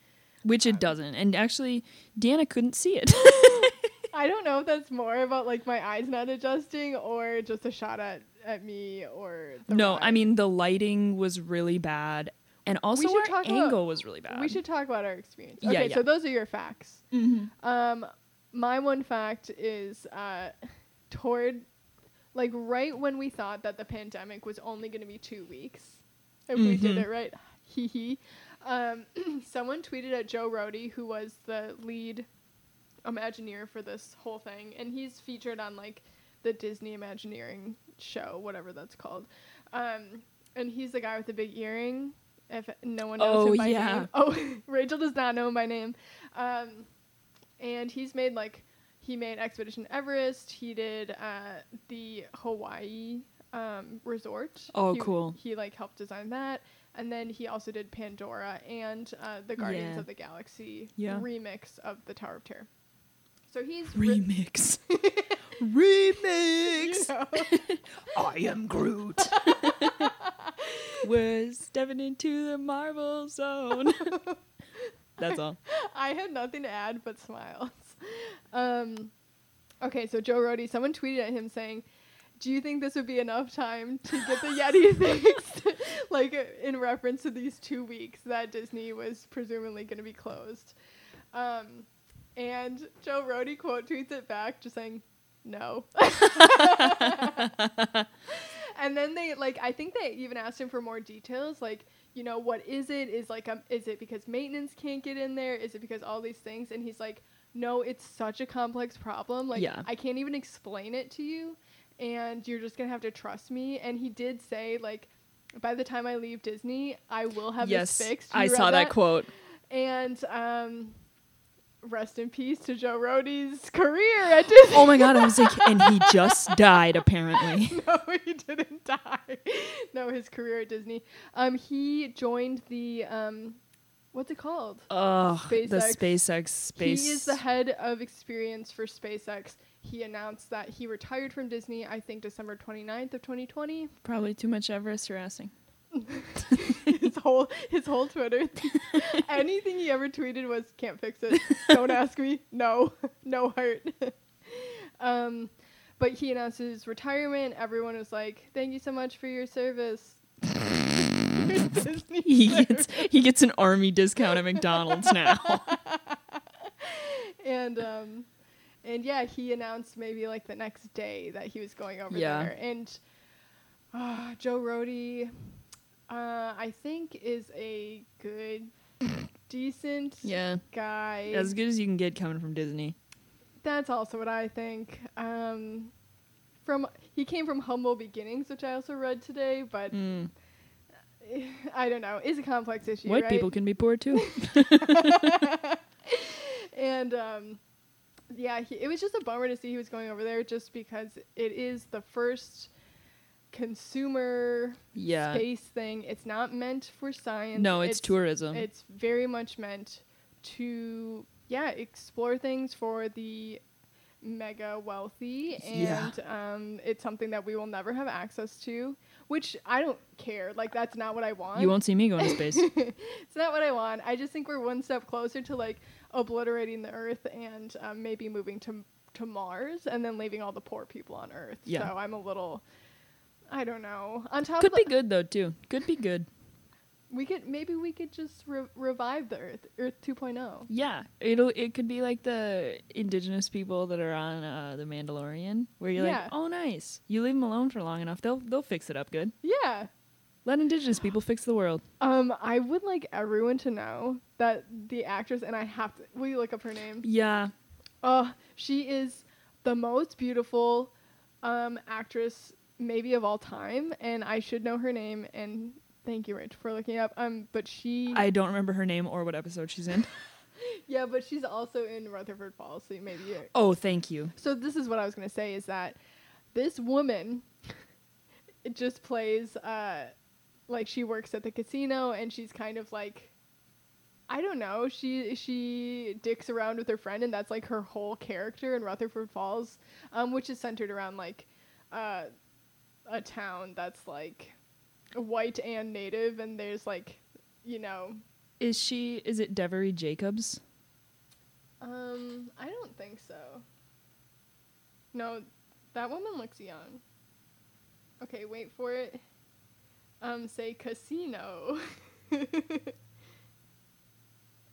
S5: which it doesn't and actually deanna couldn't see it
S1: Oh, I don't know if that's more about like my eyes not adjusting or just a shot at at me or the
S5: no
S1: ride.
S5: i mean the lighting was really bad and also
S1: should
S5: our
S1: talk about-
S5: angle was really bad
S1: we should talk about our experience.
S5: Yeah,
S1: Okay,
S5: yeah.
S1: so those are your facts. Um, my one fact is uh, toward like right when we thought that the pandemic was only going to be two weeks, and we did
S5: Mhm.
S1: it right, hee hee. Um, someone tweeted at Joe Rohde, who was the lead Imagineer for this whole thing, and he's featured on like the Disney Imagineering show, whatever that's called. Um, and he's the guy with the big earring. If no one knows
S5: Oh,
S1: him by
S5: yeah.
S1: name, oh, Rachel does not know him by name. Um, and he's made like he made Expedition Everest. He did uh, the Hawaii um, resort.
S5: Oh,
S1: He-
S5: cool.
S1: He like helped design that, and then he also did Pandora and uh, the Guardians
S5: Yeah.
S1: of the Galaxy
S5: Yeah.
S1: remix of the Tower of Terror. So he's ri-
S5: Remix.
S1: you
S5: Remix.
S1: know.
S5: I am Groot. We're stepping into the Marvel zone. That's all.
S1: I had nothing to add but smiles. Um, okay, so Joe Rohde, someone tweeted at him saying, "Do you think this would be enough time to get the Yeti fixed?" like uh, in reference to these two weeks that Disney was presumably going to be closed. Um, and Joe Rohde quote tweets it back, just saying, "No." and then they like I think they even asked him for more details, like you know what is it? Is like um, is it because maintenance can't get in there? Is it because all these things? And he's like, no, it's such a complex problem. Like
S5: Yeah.
S1: I can't even explain it to you, and you're just gonna have to trust me. And he did say like. By the time I leave Disney, I will have
S5: yes,
S1: this fixed. You
S5: I
S1: read
S5: saw that quote.
S1: and um, rest in peace to Joe Rohde's career at Disney.
S5: Oh my god, I was like, and he just died apparently.
S1: no, he didn't die. no, his career at Disney. Um, he joined the um, what's it called?
S5: Oh, the
S1: SpaceX.
S5: SpaceX space.
S1: He is the head of experience for SpaceX. He announced that he retired from Disney, I think December 29th of 2020.
S5: Probably too much Everest harassing.
S1: his whole his whole Twitter. Anything he ever tweeted was can't fix it. Don't ask me. No. No heart. um but he announced his retirement. Everyone was like, "Thank you so much for your service." Disney
S5: He
S1: service.
S5: gets he gets an army discount at McDonald's now.
S1: and um and yeah, he announced maybe like the next day that he was going over
S5: Yeah.
S1: there. And uh, Joe Rohde, uh, I think, is a good, decent
S5: yeah.
S1: guy.
S5: As good as you can get coming from Disney.
S1: That's also what I think. Um, from he came from humble beginnings, which I also read today, but
S5: Mm.
S1: I don't know. It's a complex issue.
S5: White
S1: right?
S5: people can be poor too.
S1: and um, yeah, he, it was just a bummer to see he was going over there, just because it is the first consumer
S5: Yeah.
S1: space thing. It's not meant for science.
S5: No, it's, tourism.
S1: It's very much meant to yeah explore things for the mega wealthy,
S5: Yeah.
S1: and um, it's something that we will never have access to. Which I don't care. Like that's not what I want.
S5: you won't see me going to space.
S1: It's not what I want. I just think we're one step closer to like obliterating the Earth and um, maybe moving to to Mars and then leaving all the poor people on Earth.
S5: Yeah.
S1: So I'm a little, I don't know. On top
S5: Could
S1: of
S5: be
S1: the-
S5: good though too. Could be good.
S1: we could maybe we could just re- revive the Earth, Earth oh. 2.0.
S5: Yeah, it'll it could be like the indigenous people that are on uh, the Mandalorian, where you're
S1: Yeah.
S5: like, oh nice, you leave them alone for long enough, they'll they'll fix it up good.
S1: Yeah.
S5: Let indigenous people fix the world.
S1: Um, I would like everyone to know that the actress and I have to. Will you look up her name?
S5: Yeah,
S1: Oh, she is the most beautiful um, actress maybe of all time, and I should know her name. And thank you, Rich, for looking it up. Um, but she,
S5: I don't remember her name or what episode she's in.
S1: yeah, but she's also in Rutherford Falls, so maybe. you-
S5: oh, thank you.
S1: So this is what I was gonna say is that this woman, it just plays uh, like she works at the casino, and she's kind of like. I don't know. She she dicks around with her friend, and that's like her whole character in Rutherford Falls, um, which is centered around like uh, a town that's like white and native, and there's like you know,
S5: Is she? Is it Devery Jacobs?
S1: um, I don't think so. No, that woman looks young. Okay, wait for it. Um, say casino.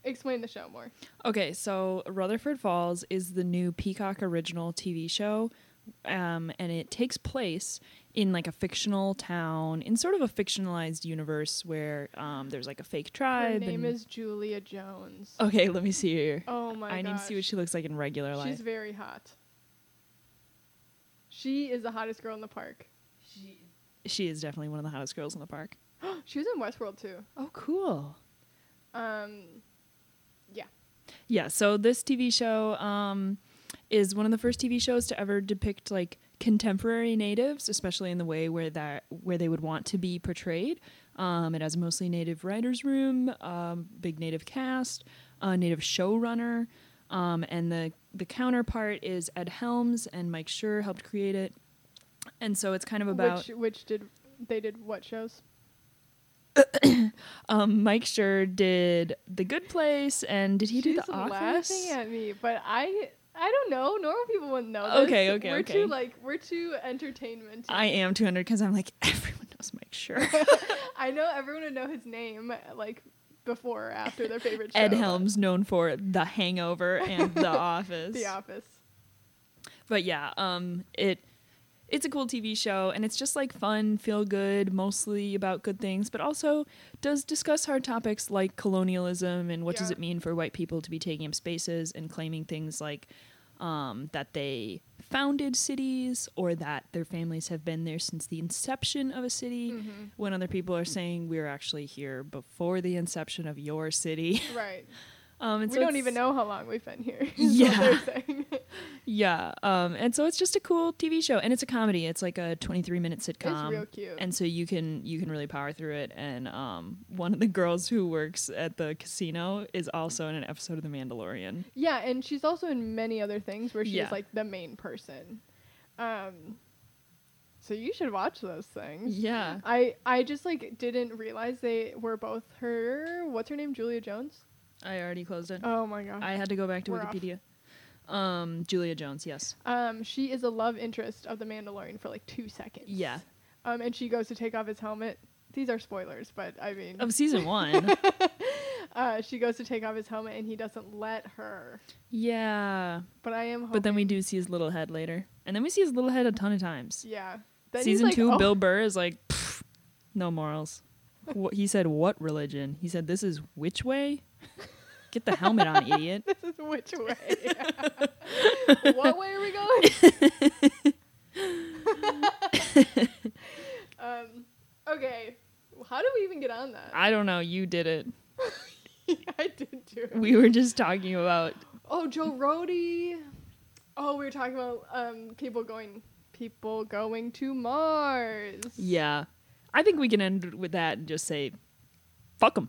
S1: Explain the show more.
S5: Okay, so Rutherford Falls is the new Peacock original TV show, um, and it takes place in like a fictional town in sort of a fictionalized universe where um, there's like a fake
S1: Her
S5: tribe.
S1: name
S5: and-
S1: is Julia Jones.
S5: okay, let me see her.
S1: oh my god.
S5: Oh, I need to see what she looks like in regular
S1: She's
S5: life.
S1: very hot. She is the hottest girl in the park.
S5: she is definitely one of the hottest girls in the park.
S1: she was in Westworld too.
S5: Oh, cool.
S1: Um, yeah.
S5: Yeah, so this TV show um, is one of the first TV shows to ever depict like contemporary natives, especially in the way where that where they would want to be portrayed. Um, it has a mostly native writers' room, um, big native cast, a native showrunner, um, and the the counterpart is Ed Helms and Mike Schur helped create it. And so it's kind of about
S1: which which did they did what shows?
S5: um, Mike Schur did The Good Place, and did he do
S1: She's
S5: The Office?
S1: laughing at me, but I I don't know. Normal people wouldn't know. This.
S5: Okay, okay,
S1: We're
S5: okay.
S1: too like we're too entertainment.
S5: I am 200 because I'm like everyone knows Mike Schur.
S1: I know everyone would know his name like before or after their favorite show.
S5: Ed
S1: but
S5: Helms, known for The Hangover and The Office.
S1: The Office.
S5: But yeah, um, it it's a cool TV show, and it's just like fun, feel good, mostly about good things, but also does discuss hard topics like colonialism and what does
S1: Yeah.
S5: it mean for white people to be taking up spaces and claiming things like um, that they founded cities or that their families have been there since the inception of a city
S1: Hmm.
S5: when other people are saying we were actually here before the inception of your city
S1: Right.
S5: um, and
S1: we
S5: so
S1: don't
S5: it's-
S1: even know how long we've been here. is what
S5: Yeah.
S1: they're saying.
S5: Yeah, um, and so it's just a cool TV show, and it's a comedy. It's like a 23 minute sitcom.
S1: real cute.
S5: and so you can you can really power through it. And um, one of the girls who works at the casino is also in an episode of The Mandalorian.
S1: Yeah, and she's also in many other things where she's
S5: Yeah.
S1: like the main person. Um, so you should watch those things.
S5: Yeah,
S1: I I just like didn't realize they were both her. What's her name? Julia Jones.
S5: I already closed it.
S1: Oh my gosh.
S5: I had to go back to
S1: We're off.
S5: Wikipedia. Um, Julia Jones, yes,
S1: um, she is a love interest of the Mandalorian for like two seconds.
S5: yeah,
S1: Um, and she goes to take off his helmet. These are spoilers, but I mean,
S5: of season one.
S1: uh, she goes to take off his helmet and he doesn't let her.
S5: yeah,
S1: But I am. Hoping,
S5: but then we do see his little head later, and then we see his little head a ton of times.
S1: Yeah. Then he's
S5: Season
S1: like,
S5: two,
S1: "Oh,
S5: Bill Burr is like, "Pfft, no morals. Wh- he said, what religion? He said, this is which way? Get the helmet on, idiot.
S1: This is which way? what way are we going? um, okay. How do we even get on that?
S5: I don't know. You did it.
S1: I did do it.
S5: We were just talking about.
S1: Oh, Joe Rody. Oh, we were talking about um, people going people going to Mars.
S5: Yeah. I think we can end with that and just say, fuck him.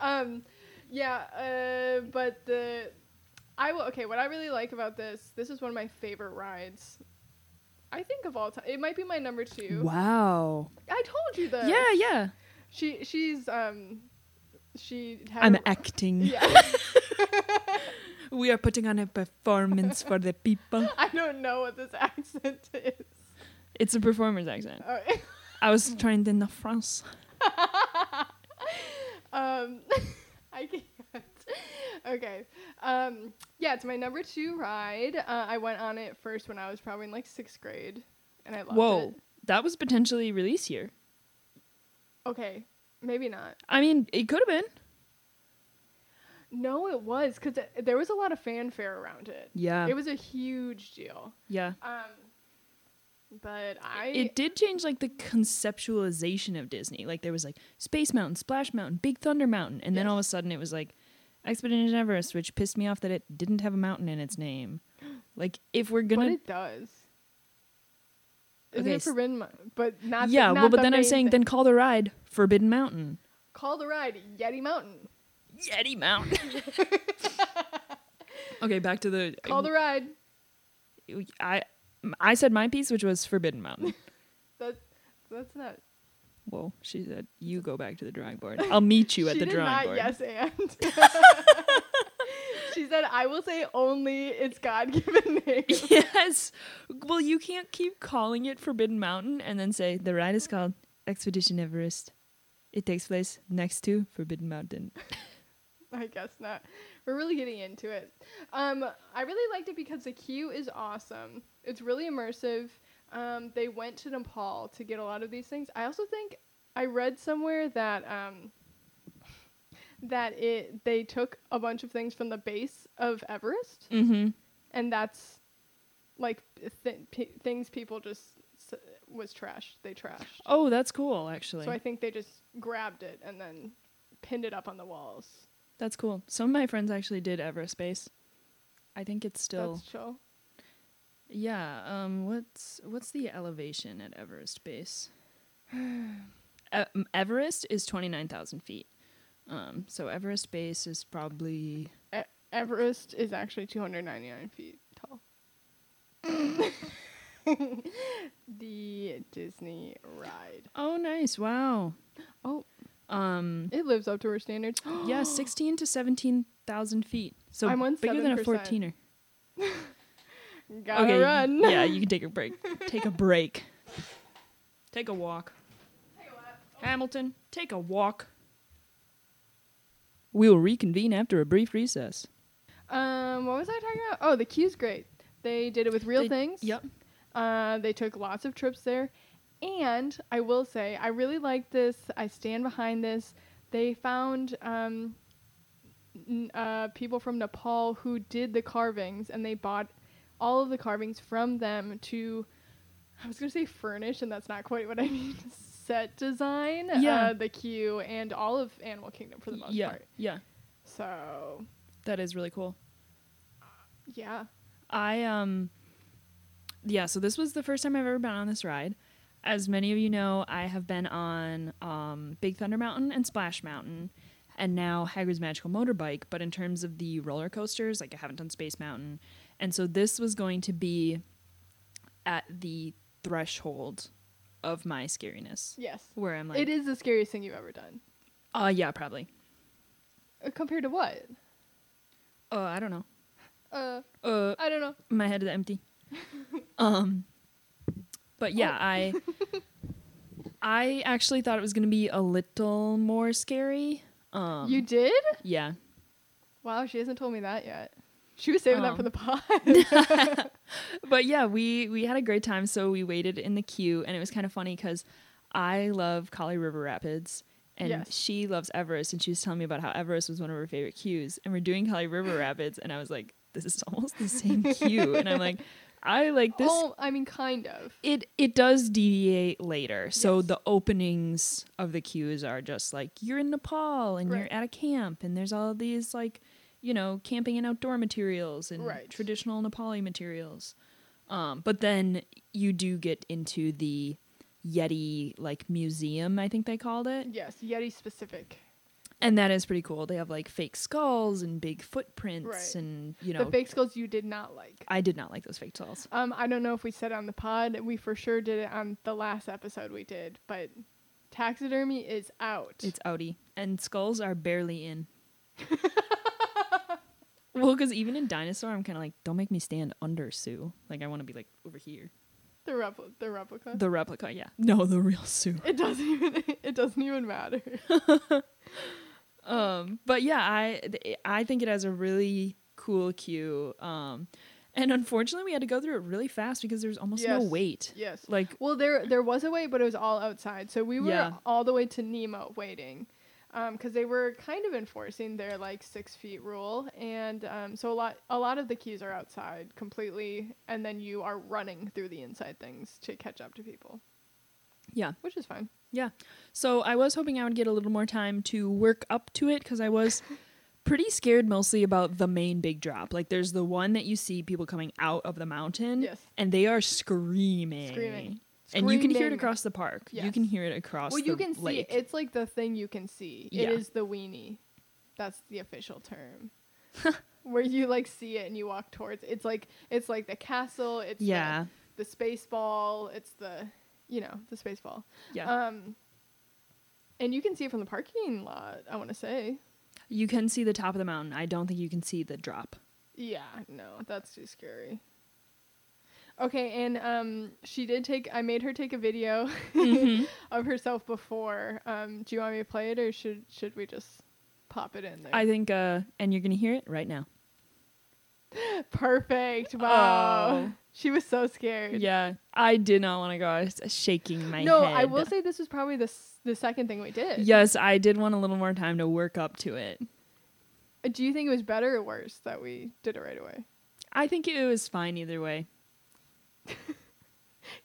S1: Um, yeah, uh, but the I will okay. What I really like about this, this is one of my favorite rides. I think of all time, it might be my number two.
S5: Wow.
S1: I told you this.
S5: Yeah, yeah.
S1: She she's um she had
S5: I'm
S1: a-
S5: acting.
S1: yeah.
S5: We are putting on a performance for the people.
S1: I don't know what this accent is.
S5: It's a performer's accent.
S1: Uh,
S5: I was trying in the France.
S1: um, I can't. Okay. Um, yeah, it's my number two ride. Uh, I went on it first when I was probably in like sixth grade, and I loved
S5: Whoa.
S1: it.
S5: That was potentially release year.
S1: Okay, maybe not.
S5: I mean, it could have been.
S1: No, it was because there was a lot of fanfare around it.
S5: Yeah.
S1: It was a huge deal.
S5: yeah.
S1: Um, but I
S5: it did change like the conceptualization of Disney. Like there was like Space Mountain, Splash Mountain, Big Thunder Mountain, and then all of a sudden it was like Expedition Everest, which pissed me off that it didn't have a mountain in its name. Like if we're
S1: but
S5: gonna
S1: it does. Isn't
S5: Okay,
S1: it
S5: s-
S1: forbidden? Mo- But not the-
S5: yeah,
S1: not
S5: well, but
S1: the
S5: then I'm
S1: main
S5: saying
S1: thing.
S5: then call the ride Forbidden Mountain,
S1: call the ride Yeti Mountain.
S5: Yeti Mountain. okay, back to the
S1: Call the ride.
S5: I I said my piece, which was Forbidden Mountain.
S1: That that's not.
S5: Whoa, she said you go back to the drawing board. I'll meet you at
S1: she
S5: the
S1: did
S5: drawing
S1: not
S5: board.
S1: yes and. she said, "I will say only its God-given name."
S5: yes. Well, you can't keep calling it Forbidden Mountain and then say the ride is called Expedition Everest. It takes place next to Forbidden Mountain.
S1: I guess not. We're really getting into it. Um, I really liked it because the queue is awesome. It's really immersive. Um, they went to Nepal to get a lot of these things. I also think I read somewhere that um, that it they took a bunch of things from the base of Everest,
S5: Mm-hmm.
S1: and that's like th- p- things people just s- was trashed. They trashed.
S5: Oh, that's cool. Actually,
S1: So I think they just grabbed it and then pinned it up on the walls.
S5: that's cool. Some of my friends actually did Everest Base. I think it's still
S1: That's chill.
S5: yeah. Um, what's what's the elevation at Everest Base? E- m- Everest is twenty nine thousand feet. Um, so Everest Base is probably
S1: E- Everest is actually 299 feet tall. the Disney ride.
S5: oh nice wow.
S1: Oh,
S5: Um,
S1: it lives up to our standards.
S5: yeah, sixteen to seventeen thousand feet. So
S1: I'm on
S5: bigger than a
S1: 7%.
S5: fourteener.
S1: Gotta run.
S5: yeah, you can take a break. Take a break. Take a walk. Hamilton, take a walk. We will reconvene after a brief recess.
S1: Um, what was I talking about? Oh, the queue's great. They did it with real
S5: They-
S1: things.
S5: Yep.
S1: Uh, they took lots of trips there. And I will say, I really like this. I stand behind this. They found um, n- uh, people from Nepal who did the carvings, and they bought all of the carvings from them to, I was going to say furnish, and that's not quite what I mean, set design
S5: Yeah.
S1: uh, the queue and all of Animal Kingdom for the most
S5: yeah.
S1: part.
S5: Yeah.
S1: So,
S5: That is really cool.
S1: yeah.
S5: I um yeah, so this was the first time I've ever been on this ride. As many of you know, I have been on um, Big Thunder Mountain and Splash Mountain, and now Hagrid's Magical Motorbike. But in terms of the roller coasters, like I haven't done Space Mountain, and so this was going to be at the threshold of my scariness,
S1: Yes.
S5: where I'm like,
S1: it is the scariest thing you've ever done.
S5: uh, yeah, probably.
S1: Uh, compared to what?
S5: Uh, I don't know.
S1: Uh,
S5: Uh,
S1: I don't know.
S5: my head is empty. um, but yeah,
S1: Oh.
S5: I I actually thought it was gonna be a little more scary. Um,
S1: you did?
S5: yeah,
S1: Wow, she hasn't told me that yet. She was saving that for
S5: Um,
S1: the pod.
S5: but yeah, we we had a great time. So we waited in the queue, and it was kind of funny because I love Kali River Rapids, and
S1: Yes.
S5: she loves Everest, and she was telling me about how Everest was one of her favorite queues, and we're doing Kali River Rapids, and I was like, this is almost the same queue, and I'm like, I like this
S1: oh, I mean, kind of.
S5: it it does deviate later. So
S1: Yes.
S5: the openings of the queues are just like you're in Nepal and
S1: Right.
S5: you're at a camp and there's all these like you know camping and outdoor materials and
S1: Right.
S5: traditional Nepali materials. Um, but then you do get into the Yeti like museum, I think they called it.
S1: Yes, Yeti specific.
S5: And that is pretty cool. They have like fake skulls and big footprints
S1: Right.
S5: and you know
S1: the fake skulls you did not like.
S5: I did not like those fake skulls.
S1: Um, I don't know if we said it on the pod. We for sure did it on the last episode we did, but taxidermy is out.
S5: It's Audi. And skulls are barely in. well, because even in Dinosaur, I'm kind of like, don't make me stand under Sue. Like, I want to be like over here.
S1: the repli- the replica.
S5: The replica, yeah. Uh-huh. No, the real Sue.
S1: it doesn't even it doesn't even matter.
S5: Um, but yeah, I th- I think it has a really cool cue. Um, and unfortunately, we had to go through it really fast because there's almost no
S1: Yes.
S5: wait.
S1: yes.
S5: Like,
S1: Well, there there was a wait, but it was all outside. So we were
S5: Yeah.
S1: all the way to Nemo waiting, because they were kind of enforcing their like six feet rule, and um, so a lot a lot of the queues are outside completely, and then you are running through the inside things to catch up to people,
S5: yeah,
S1: which is fine.
S5: yeah. So I was hoping I would get a little more time to work up to it because I was pretty scared mostly about the main big drop. Like there's the one that you see people coming out of the mountain
S1: Yes.
S5: and they are screaming.
S1: Screaming.
S5: And you can hear it
S1: Screaming.
S5: across the park. You
S1: Yes.
S5: can hear it across
S1: Well, you
S5: the
S1: can see
S5: lake.
S1: it's like the thing you can see.
S5: Yeah.
S1: It is the weenie. That's the official term. Where you like see it and you walk towards. It's like it's like the castle. It's the-
S5: Yeah.
S1: the space ball. It's the you know the space ball.
S5: Yeah.
S1: Um, and you can see it from the parking lot. I want to say,
S5: you can see the top of the mountain. I don't think you can see the drop.
S1: yeah, no, that's too scary. Okay, and um, she did take. I made her take a video
S5: Mm-hmm.
S1: of herself before. Um, do you want me to play it, or should should we just pop it in there.
S5: I think, uh, and you're gonna hear it right now.
S1: Perfect. Wow.
S5: Oh.
S1: She was so scared.
S5: Yeah, I did not want to go. I was shaking my
S1: no,
S5: head.
S1: I will say this was probably the s- the second thing we did.
S5: Yes, I did want a little more time to work up to it.
S1: Uh, Do you think it was better or worse that we did it right away?
S5: I think it was fine either way.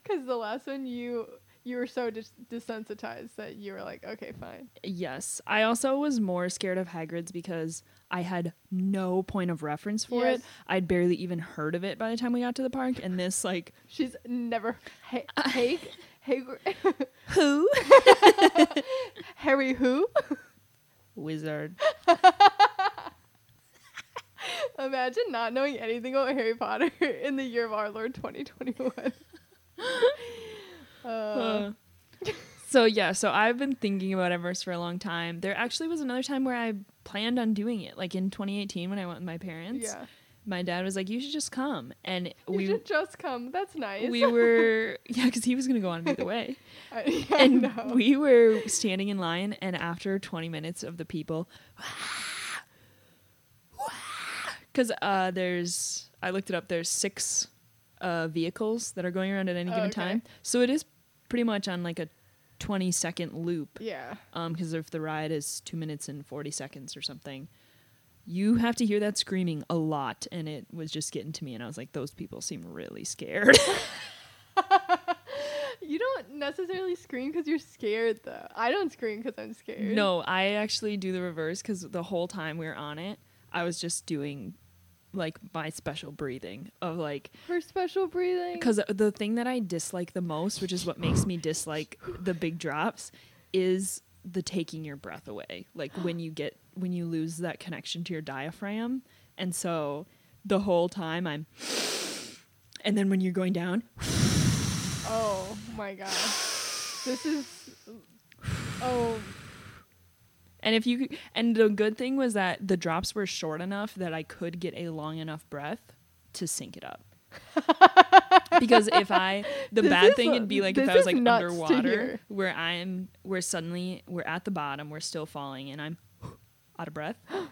S1: Because the last one you you were so dis- desensitized that you were like, okay, fine.
S5: Yes, I also was more scared of Hagrid's because I had no point of reference for
S1: Yes.
S5: it. I'd barely even heard of it by the time we got to the park, and this like
S1: She's never ha- Hag Hag
S5: who
S1: Harry who?
S5: wizard.
S1: Imagine not knowing anything about Harry Potter in the year of our Lord 2021. Uh,
S5: Uh, so yeah, so I've been thinking about Everest for a long time. There actually was another time where I planned on doing it, like in 2018 when I went with my parents.
S1: yeah.
S5: My dad was like, "You should just come," and
S1: You
S5: we
S1: should just come. That's nice.
S5: we were yeah, because he was gonna go on either way.
S1: I, yeah, I
S5: and
S1: know.
S5: we were standing in line and after 20 minutes of the people because uh, there's i looked it up there's six uh, vehicles that are going around at any
S1: Oh,
S5: given
S1: okay.
S5: time so it is pretty much on like a 20 second loop
S1: yeah.
S5: because if the ride is two minutes and 40 seconds or something you have to hear that screaming a lot and it was just getting to me and i was like those people seem really scared
S1: You don't necessarily scream because you're scared, though. I don't scream because I'm scared.
S5: No, I actually do the reverse because the whole time we were on it, I was just doing like my special breathing of like
S1: Her special breathing.
S5: because the thing that I dislike the most, which is what makes me dislike the big drops, is the taking your breath away. Like when you get when you lose that connection to your diaphragm, and so the whole time I'm. And then when you're going down,
S1: Oh my god. This is. Oh.
S5: And if you and the good thing was that the drops were short enough that I could get a long enough breath to sync it up. because if I the
S1: This
S5: bad
S1: is
S5: thing
S1: a-
S5: would be like
S1: this
S5: if I was
S1: is
S5: like
S1: nuts to
S5: underwater
S1: hear.
S5: where I'm where suddenly we're at the bottom, we're still falling and I'm out of breath.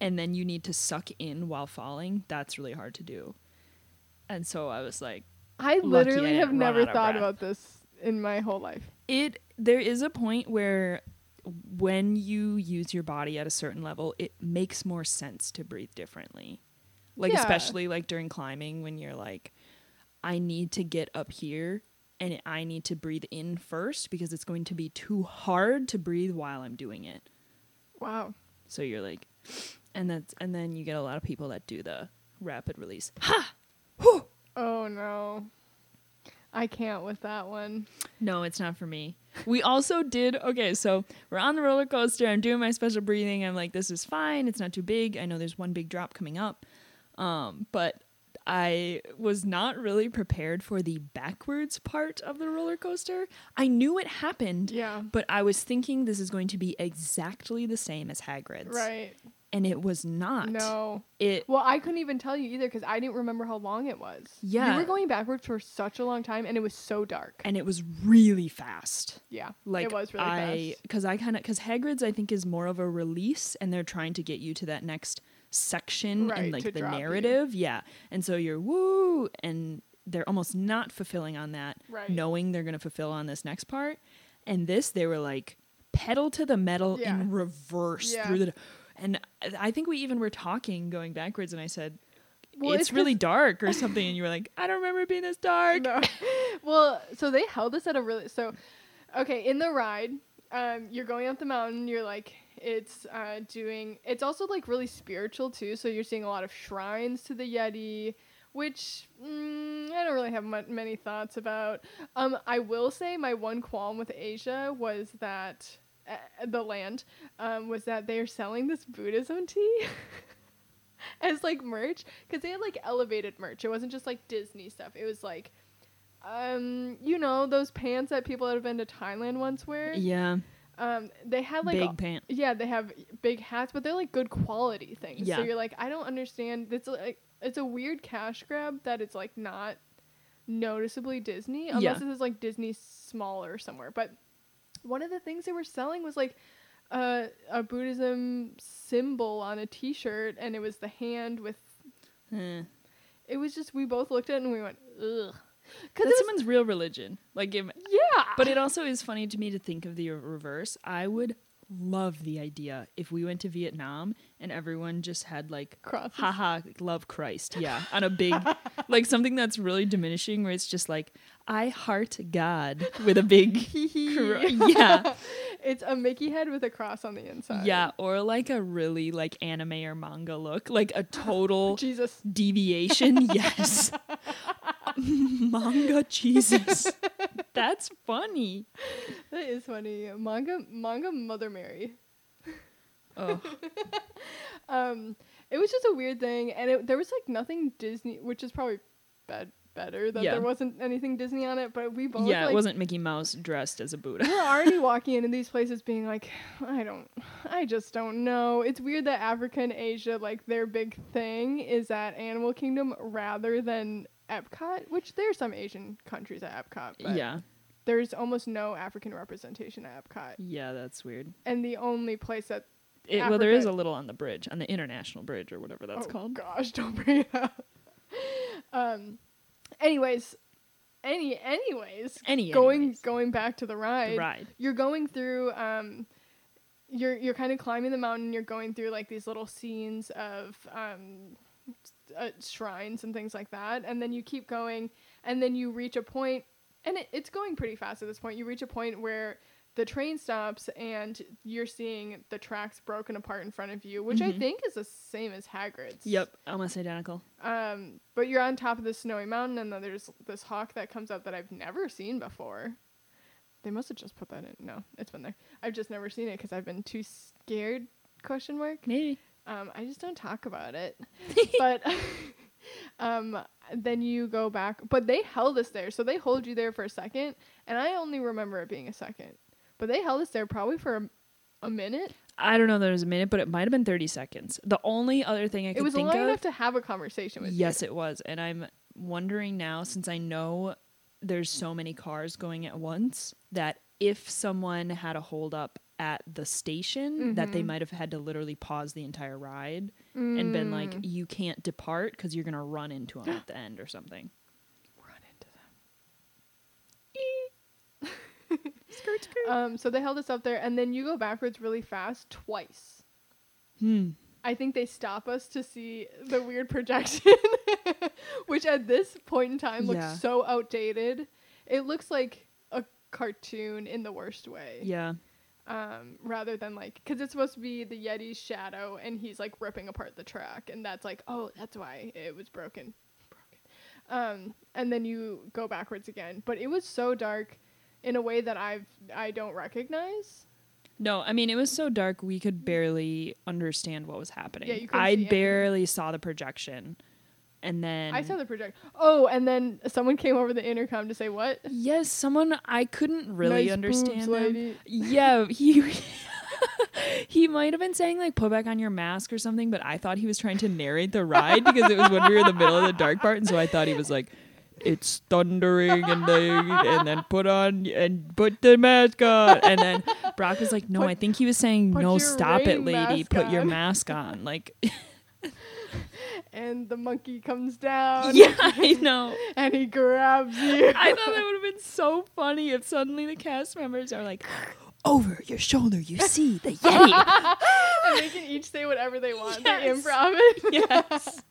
S5: And then you need to suck in while falling. That's really hard to do. And so I was like,
S1: I
S5: Lucky I
S1: literally
S5: didn't
S1: have
S5: run
S1: never
S5: out of
S1: thought
S5: breath.
S1: about this in my whole life.
S5: it there is a point where when you use your body at a certain level it makes more sense to breathe differently like
S1: Yeah.
S5: especially like during climbing when you're like i need to get up here and i need to breathe in first because it's going to be too hard to breathe while i'm doing it
S1: Wow.
S5: so you're like and that's and then you get a lot of people that do the rapid release
S1: Oh no. I can't with that one.
S5: No, it's not for me. We also did okay, so we're on the roller coaster. I'm doing my special breathing. I'm like, this is fine. It's not too big. I know there's one big drop coming up. Um, but I was not really prepared for the backwards part of the roller coaster. I knew it happened,
S1: Yeah.
S5: but I was thinking this is going to be exactly the same as Hagrid's.
S1: Right.
S5: And it was not.
S1: No.
S5: It
S1: Well, I couldn't even tell you either because I didn't remember how long it was. You
S5: Yeah.
S1: were going backwards for such a long time and it was so dark.
S5: and it was really fast.
S1: yeah.
S5: like
S1: it was really
S5: I,
S1: fast.
S5: because I kind of because Hagrid's I think is more of a release, and they're trying to get you to that next section
S1: Right,
S5: and like
S1: to
S5: the
S1: drop you.
S5: narrative, yeah. And so you're woo, and they're almost not fulfilling on that,
S1: Right.
S5: knowing they're gonna fulfill on this next part. And this, they were like pedal to the metal
S1: Yeah.
S5: in reverse
S1: Yeah.
S5: through the, and I- I think we even were talking going backwards, and I said.
S1: Well,
S5: it's,
S1: it's 'cause-
S5: really dark or something and you were like i don't remember it being this dark
S1: No. well, so they held us at a really so okay, in the ride, um, you're going up the mountain, you're like it's uh, doing it's also like really spiritual too, so you're seeing a lot of shrines to the Yeti, which mm, I don't really have mu- many thoughts about. Um, I will say my one qualm with Asia was that uh, the land um, was that they're selling this Buddhism tea. as like merch because they had like elevated merch. It wasn't just like Disney stuff. It was like, um, you know, those pants that people that have been to Thailand once wear.
S5: yeah
S1: Um, they had like
S5: big
S1: a-
S5: pant
S1: yeah, they have big hats, but they're like good quality things.
S5: Yeah.
S1: So you're like, I don't understand. It's like it's a weird cash grab that it's like not noticeably Disney, unless
S5: Yeah.
S1: it is like Disney smaller somewhere. But one of the things they were selling was like a, a Buddhism symbol on a T-shirt, and it was the hand with.
S5: Eh.
S1: It was just we both looked at it and we went ugh, because it
S5: That's
S1: was
S5: someone's real religion. Like, if,
S1: yeah.
S5: but it also is funny to me to think of the reverse. I would love the idea if we went to Vietnam and everyone just had like
S1: Crosses.
S5: haha love Christ, yeah, on a big like something that's really diminishing where it's just like I heart God with a big cro- yeah.
S1: it's a Mickey head with a cross on the inside.
S5: Yeah, or like a really like anime or manga look, like a total
S1: Jesus.
S5: deviation. Yes. manga Jesus. That's funny.
S1: That is funny. Manga, manga, Mother Mary.
S5: Oh,
S1: Um, it was just a weird thing, and it, there was like nothing Disney, which is probably bad, better that
S5: Yeah.
S1: there wasn't anything Disney on it. But we both
S5: yeah,
S1: like,
S5: it wasn't Mickey Mouse dressed as a Buddha.
S1: We're already walking into these places being like, I don't, I just don't know. It's weird that Africa and Asia, like, their big thing is at Animal Kingdom rather than Epcot, which there's some Asian countries at Epcot, but
S5: Yeah.
S1: there's almost no African representation at Epcot.
S5: Yeah, that's weird.
S1: And the only place that,
S5: It, well, there is a
S1: Africa-
S5: little on the bridge, on the international bridge or whatever that's
S1: oh
S5: called.
S1: gosh, don't bring it up. um, anyways, any, anyways,
S5: Any
S1: going,
S5: anyways.
S1: going back to the
S5: The ride.
S1: you're going through um you're you're kind of climbing the mountain you're going through like these little scenes of um uh, shrines and things like that and then you keep going and then you reach a point and it, it's going pretty fast at this point you reach a point where the train stops and you're seeing the tracks broken apart in front of you which i think is the same as hagrid's
S5: Yep, almost identical.
S1: um but you're on top of this snowy mountain and then there's this hawk that comes out that i've never seen before they must have just put that in no it's been there i've just never seen it because i've been too scared question mark
S5: Maybe.
S1: um i just don't talk about it but um then you go back but they held us there so they hold you there for a second and i only remember it being a second but they held us there probably for a, a minute
S5: I don't know if there was a minute, but it might have been 30 seconds. The only other thing I could
S1: it was
S5: think
S1: long
S5: of
S1: enough to have a conversation with
S5: Yes, it was. And I'm wondering now, since I know there's so many cars going at once, that if someone had a hold up at the station, that they might have had to literally pause the entire ride and been
S1: Mm.
S5: like, you can't depart because you're going to run into them at the end or something.
S1: you run into them
S5: Skirt, skirt.
S1: Um, so they held us up there, and then you go backwards really fast twice.
S5: Hmm.
S1: I think they stop us to see the weird projection, which at this point in time looks
S5: Yeah.
S1: so outdated. It looks like a cartoon in the worst way,
S5: Yeah.
S1: um, rather than like because it's supposed to be the Yeti's shadow, and he's like ripping apart the track, and that's like, oh, that's why it was broken. Broken. Um, and then you go backwards again, but it was so dark in a way that I've I don't recognize.
S5: No, I mean, it was so dark, we could barely understand what was happening.
S1: Yeah, you couldn't
S5: I
S1: see anything.
S5: barely saw the projection. And then
S1: I saw the project. Oh, and then someone came over the intercom to say what?
S5: Yes, someone I couldn't really
S1: Nice
S5: understand.
S1: boobs,
S5: them.
S1: lady.
S5: Yeah, he he might have been saying like put back on your mask or something, but I thought he was trying to narrate the ride because it was when we were in the middle of the dark part, and so I thought he was like, "It's thundering," and then and then put on and put the mask on, and then Brock was like, "No,
S1: Put-
S5: I think he was saying
S1: put
S5: no,
S1: your
S5: stop it,
S1: rain
S5: lady,
S1: mask
S5: put your
S1: on."
S5: mask on." Like,
S1: And the monkey comes down.
S5: yeah, I know.
S1: And he grabs you.
S5: I thought that would have been so funny if suddenly the cast members are like, over your shoulder, you see the Yeti.
S1: and they can each say whatever they want.
S5: Yes.
S1: They improv it.
S5: yes.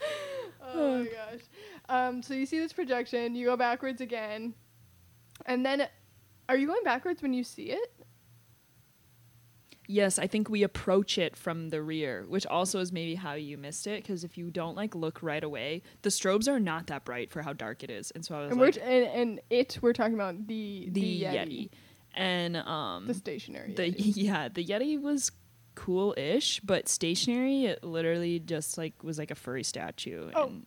S1: oh my gosh. Um, so you see this projection. You go backwards again, and then are you going backwards when you see it?
S5: Yes, I think we approach it from the rear, which also is maybe how you missed it. Because if you don't like look right away, the strobes are not that bright for how dark it is. And so I was
S1: And we're
S5: like,
S1: t- and, and it we're talking about the
S5: the, Yeti. and um,
S1: the stationary.
S5: the
S1: Yeti.
S5: yeah, the Yeti was cool-ish, but stationary. It literally just like was like a furry statue, and,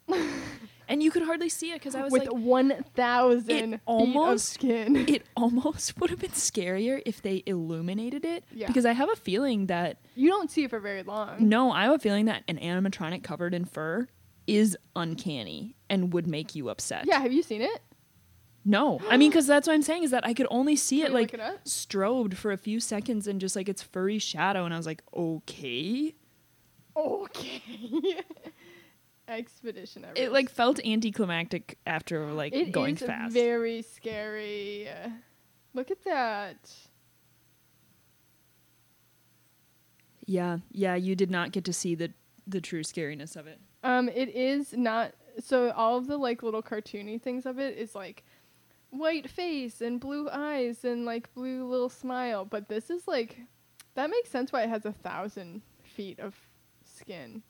S5: and you could hardly see it because I was
S1: Oh. with
S5: like,
S1: one
S5: It
S1: thousand
S5: almost-
S1: feet of skin.
S5: it almost would have been scarier if they illuminated it
S1: Yeah.
S5: because I have a feeling that
S1: you don't see it for very long.
S5: no, I have a feeling that an animatronic covered in fur is uncanny and would make you upset.
S1: Yeah, have you seen it?
S5: No, I mean, because that's what I'm saying is that I could only see
S1: Can
S5: it
S1: we
S5: like
S1: look it up?
S5: strobed for a few seconds and just like its furry shadow, and I was like, okay.
S1: Okay. Expedition. Everest.
S5: It like felt anticlimactic after like
S1: It
S5: going
S1: is
S5: fast.
S1: very scary. Look at that.
S5: yeah, yeah, you did not get to see the the true scariness of it.
S1: Um, it is not so. All of the like little cartoony things of it is like white face and blue eyes and like blue little smile. But this is like that makes sense why it has a thousand feet of skin.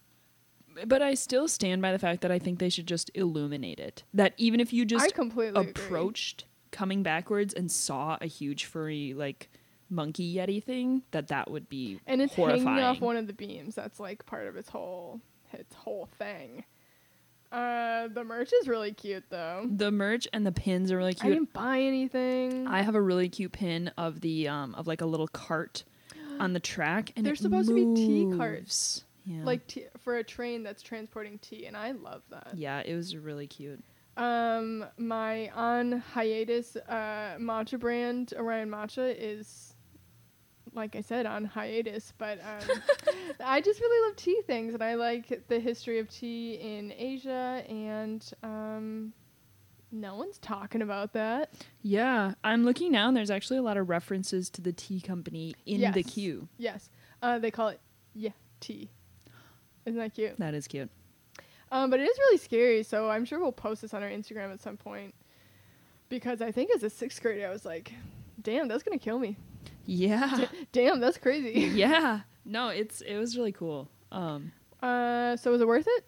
S5: But I still stand by the fact that I think they should just illuminate it. That even if you
S1: I
S5: just
S1: completely agree.
S5: approached coming backwards and saw a huge furry like monkey yeti thing, that that would be
S1: and it's
S5: horrifying.
S1: hanging off one of the beams. That's like part of its whole its whole thing. Uh, the merch is really cute though.
S5: the merch and the pins are really
S1: I
S5: cute.
S1: didn't buy anything.
S5: I have a really cute pin of the um of like a little cart on the track, and
S1: They're
S5: it
S1: supposed to be tea carts.
S5: moves. Yeah.
S1: like t- for a train that's transporting tea, and I love that.
S5: yeah, it was really cute.
S1: Um, my on hiatus uh, matcha brand Orion Matcha is, like I said, on hiatus. But um, I just really love tea things, and I like the history of tea in Asia. And um, no one's talking about that.
S5: Yeah, I'm looking now, and there's actually a lot of references to the tea company in the
S1: Yes.
S5: queue.
S1: Yes, uh, they call it yeah tea. Isn't that cute?
S5: That is cute.
S1: Um, but it is really scary, so I'm sure we'll post this on our Instagram at some point. Because I think as a sixth grader, I was like, damn, that's going to kill me.
S5: Yeah,
S1: Damn, that's crazy.
S5: yeah. No, it's it was really cool. Um,
S1: Uh, so was it worth it?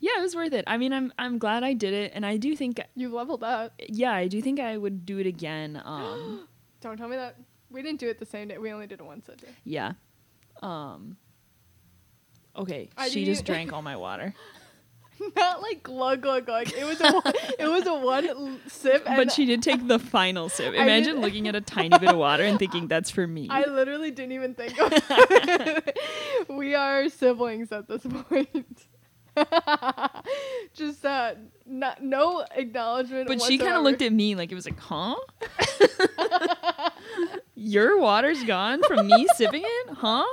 S5: yeah, it was worth it. I mean, I'm I'm glad I did it, and I do think,
S1: You leveled up.
S5: yeah, I do think I would do it again. Um,
S1: Don't tell me that. We didn't do it the same day. We only did it once that day.
S5: Yeah. Um Okay,
S1: I
S5: she
S1: didn't-
S5: just drank all my water.
S1: Not like glug glug glug. It was a one, it was a one l- sip, and
S5: But she did take the final sip.
S1: I
S5: Imagine
S1: did-
S5: looking at a tiny bit of water and thinking that's for me.
S1: I literally didn't even think of it. we are siblings at this point. Just uh, not, no acknowledgement.
S5: but she kind
S1: whatsoever.
S5: of looked at me like it was like, "Huh? Your water's gone from me sipping it? Huh?"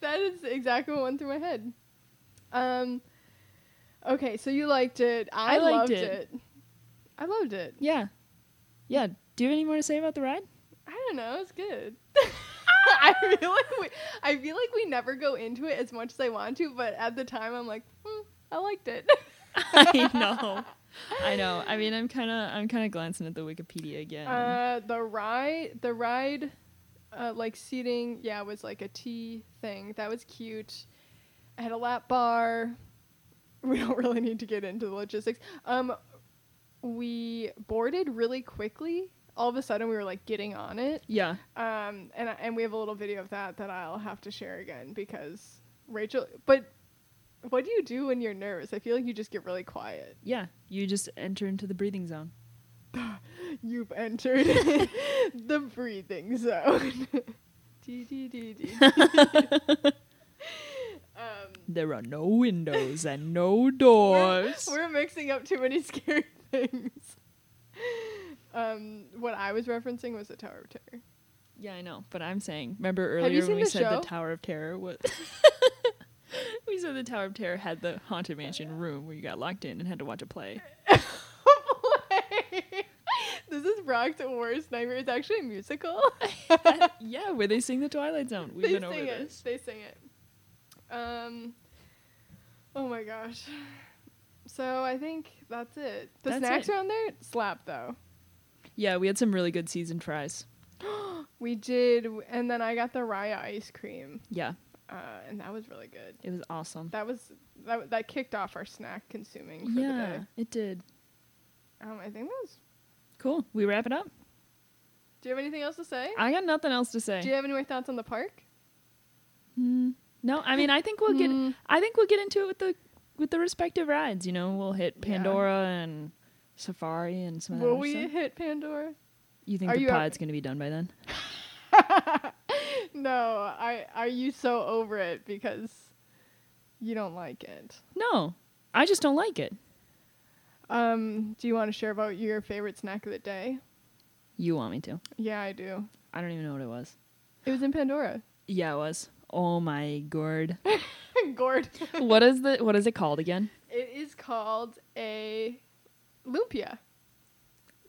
S1: that is exactly what went through my head. Um, okay, so you liked it. I,
S5: I liked
S1: loved it.
S5: it.
S1: I loved it.
S5: Yeah. Yeah, do you have any more to say about the ride?
S1: I don't know. It's good. I feel like we, I feel like we never go into it as much as I want to, but at the time, I'm like, hmm, I liked it.
S5: I know. I know. I mean, I'm kind of I'm kind of glancing at the Wikipedia again.
S1: Uh, the ride, the ride, uh, like seating, yeah, was like a tea thing. That was cute. I had a lap bar. We don't really need to get into the logistics. Um, we boarded really quickly. All of a sudden, we were like getting on it.
S5: yeah.
S1: Um, and I- and we have a little video of that that I'll have to share again because Rachel. But what do you do when you're nervous? I feel like you just get really quiet.
S5: Yeah, you just enter into the breathing zone.
S1: You've entered the breathing zone. Dee, dee, dee, dee.
S5: There are no windows and no doors.
S1: Um, We're mixing up too many scary things. Um, what I was referencing was the Tower of Terror.
S5: yeah, I know, but I'm saying. Remember
S1: Have you
S5: earlier when
S1: seen
S5: we
S1: the
S5: said
S1: show?
S5: the Tower of Terror was. we said the Tower of Terror had the haunted mansion room where you got locked in and had to watch a play.
S1: this is Brock's worst nightmare. It's actually a musical.
S5: yeah, where they sing the Twilight Zone. We've
S1: they
S5: been
S1: sing
S5: over
S1: it.
S5: this.
S1: They sing it. Um. Oh my gosh. So I think that's it. The
S5: That's
S1: snacks
S5: it.
S1: around there slap though.
S5: Yeah, we had some really good seasoned fries.
S1: We did, w- and then I got the Raya ice cream,
S5: Yeah,
S1: uh, and that was really good.
S5: it was awesome.
S1: That was that, w- that kicked off our snack consuming for the
S5: yeah,
S1: day.
S5: it did.
S1: Um, I think that was.
S5: Cool. We wrap it up.
S1: Do you have anything else to say?
S5: I got nothing else to say.
S1: do you have any more thoughts on the park?
S5: Mm. No, I mean I think we'll get
S1: Mm.
S5: I think we'll get into it with the with the respective rides. You know, we'll hit
S1: Yeah.
S5: Pandora and Safari and some of that
S1: Will
S5: other
S1: we
S5: stuff.
S1: hit Pandora?
S5: You think
S1: are
S5: the
S1: you up-
S5: pod's gonna be done by then?
S1: No, I are you so over it because you don't like it?
S5: No, I just don't like it.
S1: Um, do you want to share about your favorite snack of the day?
S5: You want me to?
S1: Yeah, I do.
S5: I don't even know what it was.
S1: It was in Pandora.
S5: Yeah, it was. Oh my god.
S1: Gourd.
S5: what is the what is it called again?
S1: It is called a lumpia.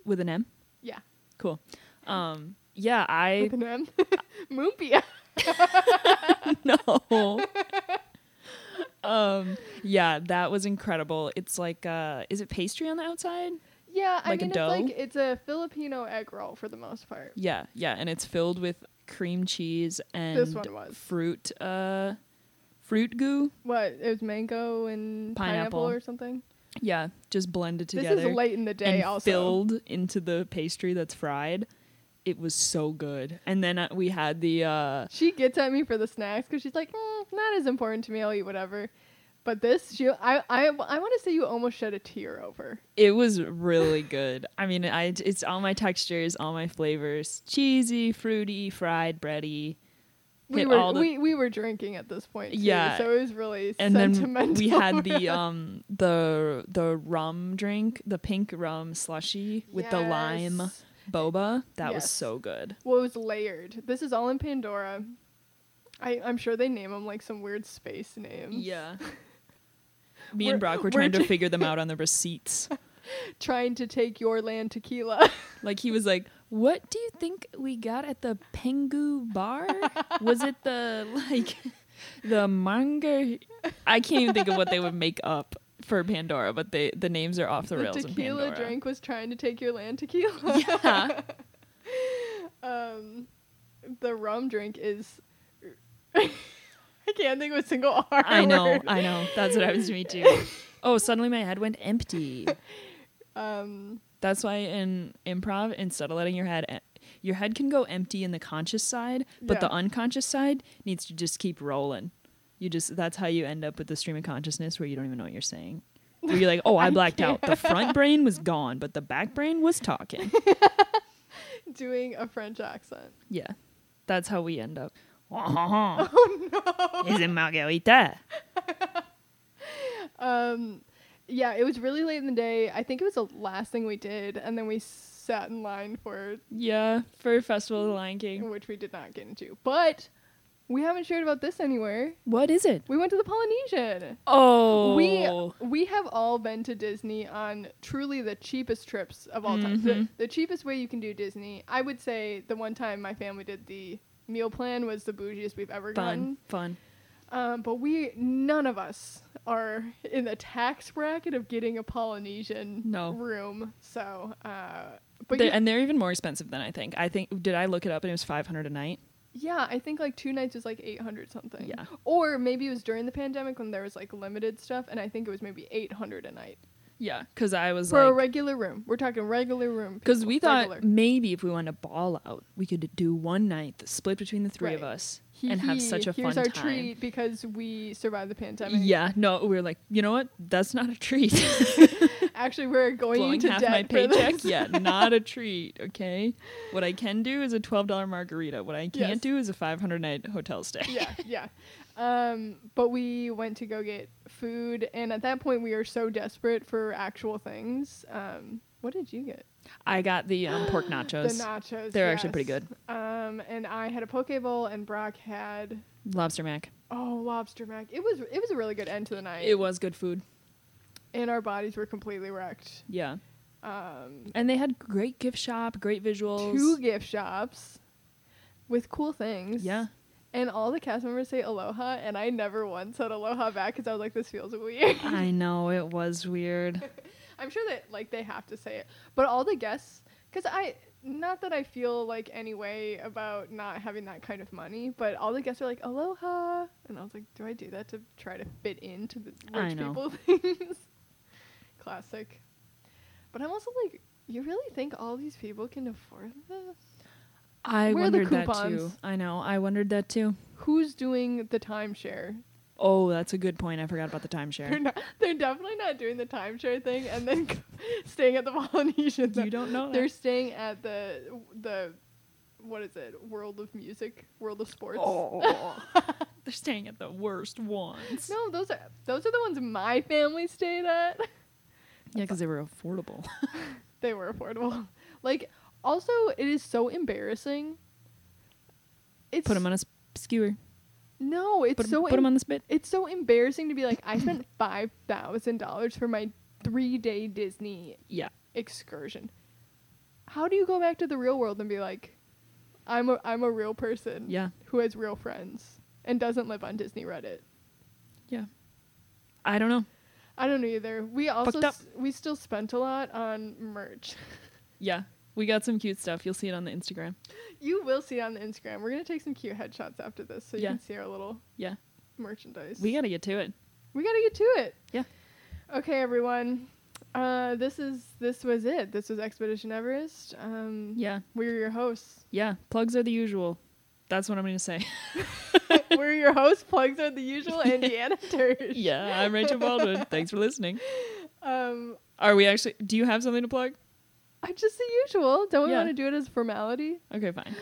S5: With an M?
S1: Yeah,
S5: Cool. Um yeah, I
S1: with an M. Moompia.
S5: no. um yeah, that was incredible. It's like uh is it pastry on the outside?
S1: Yeah, I
S5: Like a
S1: mean
S5: dough?
S1: it's like it's a Filipino egg roll for the most part.
S5: Yeah, yeah, and it's filled with cream cheese and
S1: This one was.
S5: fruit uh fruit goo.
S1: What? It was mango and pineapple,
S5: Pineapple.
S1: or something.
S5: Yeah, just blended together.
S1: This is late in the day
S5: and
S1: also.
S5: filled into the pastry that's fried. It was so good. And then uh, we had the uh
S1: She gets at me for the snacks because she's like, mm, not as important to me. I'll eat whatever. But this, she, I, I, I want to say you almost shed a tear over.
S5: it was really good. I mean, I it's all my textures, all my flavors. Cheesy, fruity, fried, bready.
S1: We
S5: Hit
S1: were
S5: all the-
S1: we, we were drinking at this point. too,
S5: Yeah.
S1: so it was really
S5: And
S1: sentimental.
S5: then we had the um the the rum drink, the pink rum slushy with the lime
S1: Yes.
S5: boba. That was
S1: Yes.
S5: so good.
S1: Well, it was layered. This is all in Pandora. I, I'm sure they name them like some weird space names.
S5: Yeah. Me
S1: We're-
S5: and Brock were
S1: we're
S5: trying to
S1: ju-
S5: figure them out on the receipts.
S1: Trying to take your land tequila.
S5: Like he was like, "What do you think we got at the Pengu bar? Was it the like the manga? I can't even think of what they would make up for Pandora, but they the names are off the,
S1: the
S5: rails in
S1: tequila
S5: Pandora.
S1: drink was trying to take your land tequila.
S5: Yeah,
S1: Um, the rum drink is. I can't think of a single R.
S5: I know,
S1: word.
S5: I know. That's what happens to me too. Oh, suddenly my head went empty.
S1: Um,
S5: That's why in improv, instead of letting your head, e- your head can go empty in the conscious side, but the
S1: Yeah.
S5: unconscious side needs to just keep rolling. You just that's how you end up with the stream of consciousness where you don't even know what you're saying. Where you're like, oh, I blacked out. The front brain was gone, but the back brain was talking.
S1: doing a French accent.
S5: yeah, that's how we end up. Oh no! Is it margarita?
S1: Um, yeah, it was really late in the day. I think it was the last thing we did, and then we sat in line for
S5: Yeah, for Festival of the Lion King.
S1: which we did not get into. But we haven't shared about this anywhere.
S5: What is it?
S1: We went to the Polynesian.
S5: Oh,
S1: We we have all been to Disney on truly the cheapest trips of all time. The,
S5: Mhm.
S1: the cheapest way you can do Disney, I would say, the one time my family did the meal plan was the bougiest we've ever
S5: fun, fun.
S1: gotten. Um, but we none of us are in the tax bracket of getting a Polynesian
S5: No.
S1: room. So, uh, but
S5: They-
S1: you-
S5: and they're even more expensive than I think. I think did I look it up and it was five hundred a night.
S1: yeah, I think like two nights was like eight hundred something.
S5: Yeah.
S1: Or maybe it was during the pandemic when there was like limited stuff, and I think it was maybe eight hundred a night.
S5: Yeah, because I was
S1: for a
S5: like,
S1: regular room. We're talking regular room.
S5: because
S1: people,
S5: we thought
S1: regular.
S5: maybe if we wanted to ball out, we could do one night split between the three of
S1: Right.
S5: us and have
S1: Hee
S5: such
S1: hee,
S5: a
S1: here's
S5: fun
S1: our
S5: time.
S1: treat because we survived the pandemic.
S5: Yeah, no, we were like, you know what? That's not a treat.
S1: actually, we're going
S5: Blowing
S1: to
S5: half
S1: debt
S5: my
S1: for this.
S5: paycheck, yeah, not a treat. Okay, what I can do is a twelve dollar margarita. What I can't
S1: Yes.
S5: do is a five hundred night hotel stay.
S1: yeah, yeah. Um, but we went to go get food, and at that point, we were so desperate for actual things. Um, what did you get?
S5: I got the um, pork nachos.
S1: The nachos.
S5: They're actually pretty
S1: yes.
S5: good.
S1: Um, and I had a poke bowl, and Brock had
S5: Lobster mac.
S1: oh lobster mac. It was it was a really good end to the night,
S5: It was good food.
S1: and our bodies were completely wrecked.
S5: Yeah.
S1: Um,
S5: And they had great gift shop, great visuals.
S1: two gift shops with cool things.
S5: Yeah.
S1: And all the cast members say aloha, and I never once said aloha back because I was like, this feels weird.
S5: I know it was weird.
S1: I'm sure that like they have to say it, but all the guests, because I not that I feel like any way about not having that kind of money, but all the guests are like aloha, and I was like, do I do that to try to fit into the
S5: I
S1: rich
S5: know.
S1: people things? Classic. But I'm also like, you really think all these people can afford this?
S5: I
S1: Where are the
S5: wondered that too.
S1: coupons?
S5: I know. I wondered that too.
S1: Who's doing the timeshare?
S5: Oh, that's a good point. I forgot about the
S1: They're
S5: timeshare.
S1: not. They're definitely not doing the timeshare thing and then staying at the Polynesian. though.
S5: You don't know that.
S1: They're staying at the the what is it? World of Music, World of Sports.
S5: oh, they're staying at the worst ones.
S1: No, those are those are the ones my family stayed at.
S5: Yeah, because they were affordable.
S1: They were affordable. Like, also, it is so embarrassing. It's
S5: put them on a s- skewer.
S1: no, it's
S5: Put them,
S1: so
S5: on the spit.
S1: it's so embarrassing to be like I spent five thousand dollars for my three day Disney
S5: Yeah.
S1: excursion. How do you go back to the real world and be like, I'm a I'm a real person
S5: Yeah.
S1: who has real friends and doesn't live on Disney Reddit?
S5: Yeah. I don't know.
S1: I don't know either. We also
S5: Fucked up.
S1: s- we still spent a lot on merch.
S5: Yeah. We got some cute stuff. You'll see it on the Instagram.
S1: you will see it on the Instagram. We're gonna take some cute headshots after this, so you
S5: Yeah.
S1: can see our little
S5: Yeah.
S1: merchandise.
S5: We got to get to it.
S1: we gotta get to it.
S5: Yeah.
S1: Okay, everyone. Uh, this is this was it. This was Expedition Everest. Um,
S5: Yeah.
S1: we're your hosts.
S5: Yeah. Plugs are the usual. That's what I'm going to say.
S1: we're your hosts. Plugs are the usual. and Deanna Tersh.
S5: yeah. I'm Rachel Baldwin. Thanks for listening.
S1: Um,
S5: Are we actually. Do you have something to plug?
S1: I just the usual. Don't we
S5: Yeah.
S1: want to do it as formality?
S5: Okay, fine.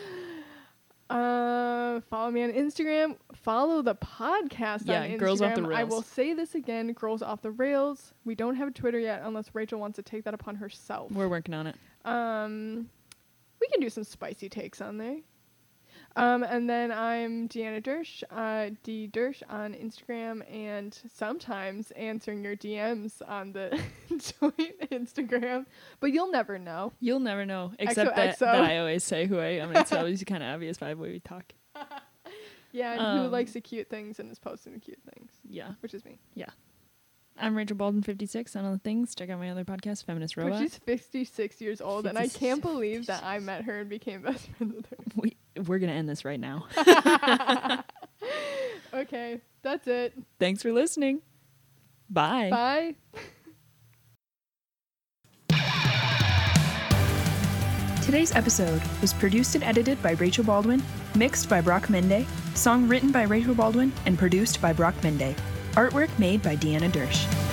S1: Uh, follow me on Instagram. Follow the podcast on
S5: Yeah,
S1: Instagram.
S5: Girls Off the
S1: I
S5: Rails.
S1: will say this again, girls off the rails. We don't have Twitter yet, unless Rachel wants to take that upon herself.
S5: We're working on it.
S1: Um, we can do some spicy takes on there. Um, and then I'm Deanna Dersh, uh, D Dersh on Instagram, and sometimes answering your DMs on the joint Instagram, but you'll never know.
S5: You'll never know, except that,
S1: XOXO.
S5: that I always say who I am. It's always kind of obvious by the way we talk.
S1: Yeah, and who
S5: Um,
S1: likes the cute things and is posting the cute things,
S5: Yeah.
S1: which is me.
S5: I'm Rachel Baldwin, 56, on all the things. Check out my other podcast, Feminist
S1: But
S5: Robot.
S1: she's 56 years old, and I
S5: 56,
S1: can't believe that I met her and became best friends with her.
S5: we, we're going to end this right now.
S1: Okay, that's it.
S5: Thanks for listening. Bye.
S1: Bye.
S2: Today's episode was produced and edited by Rachel Baldwin, mixed by Brock Mende, song written by Rachel Baldwin, and produced by Brock Mende. Artwork made by Deanna Dersh.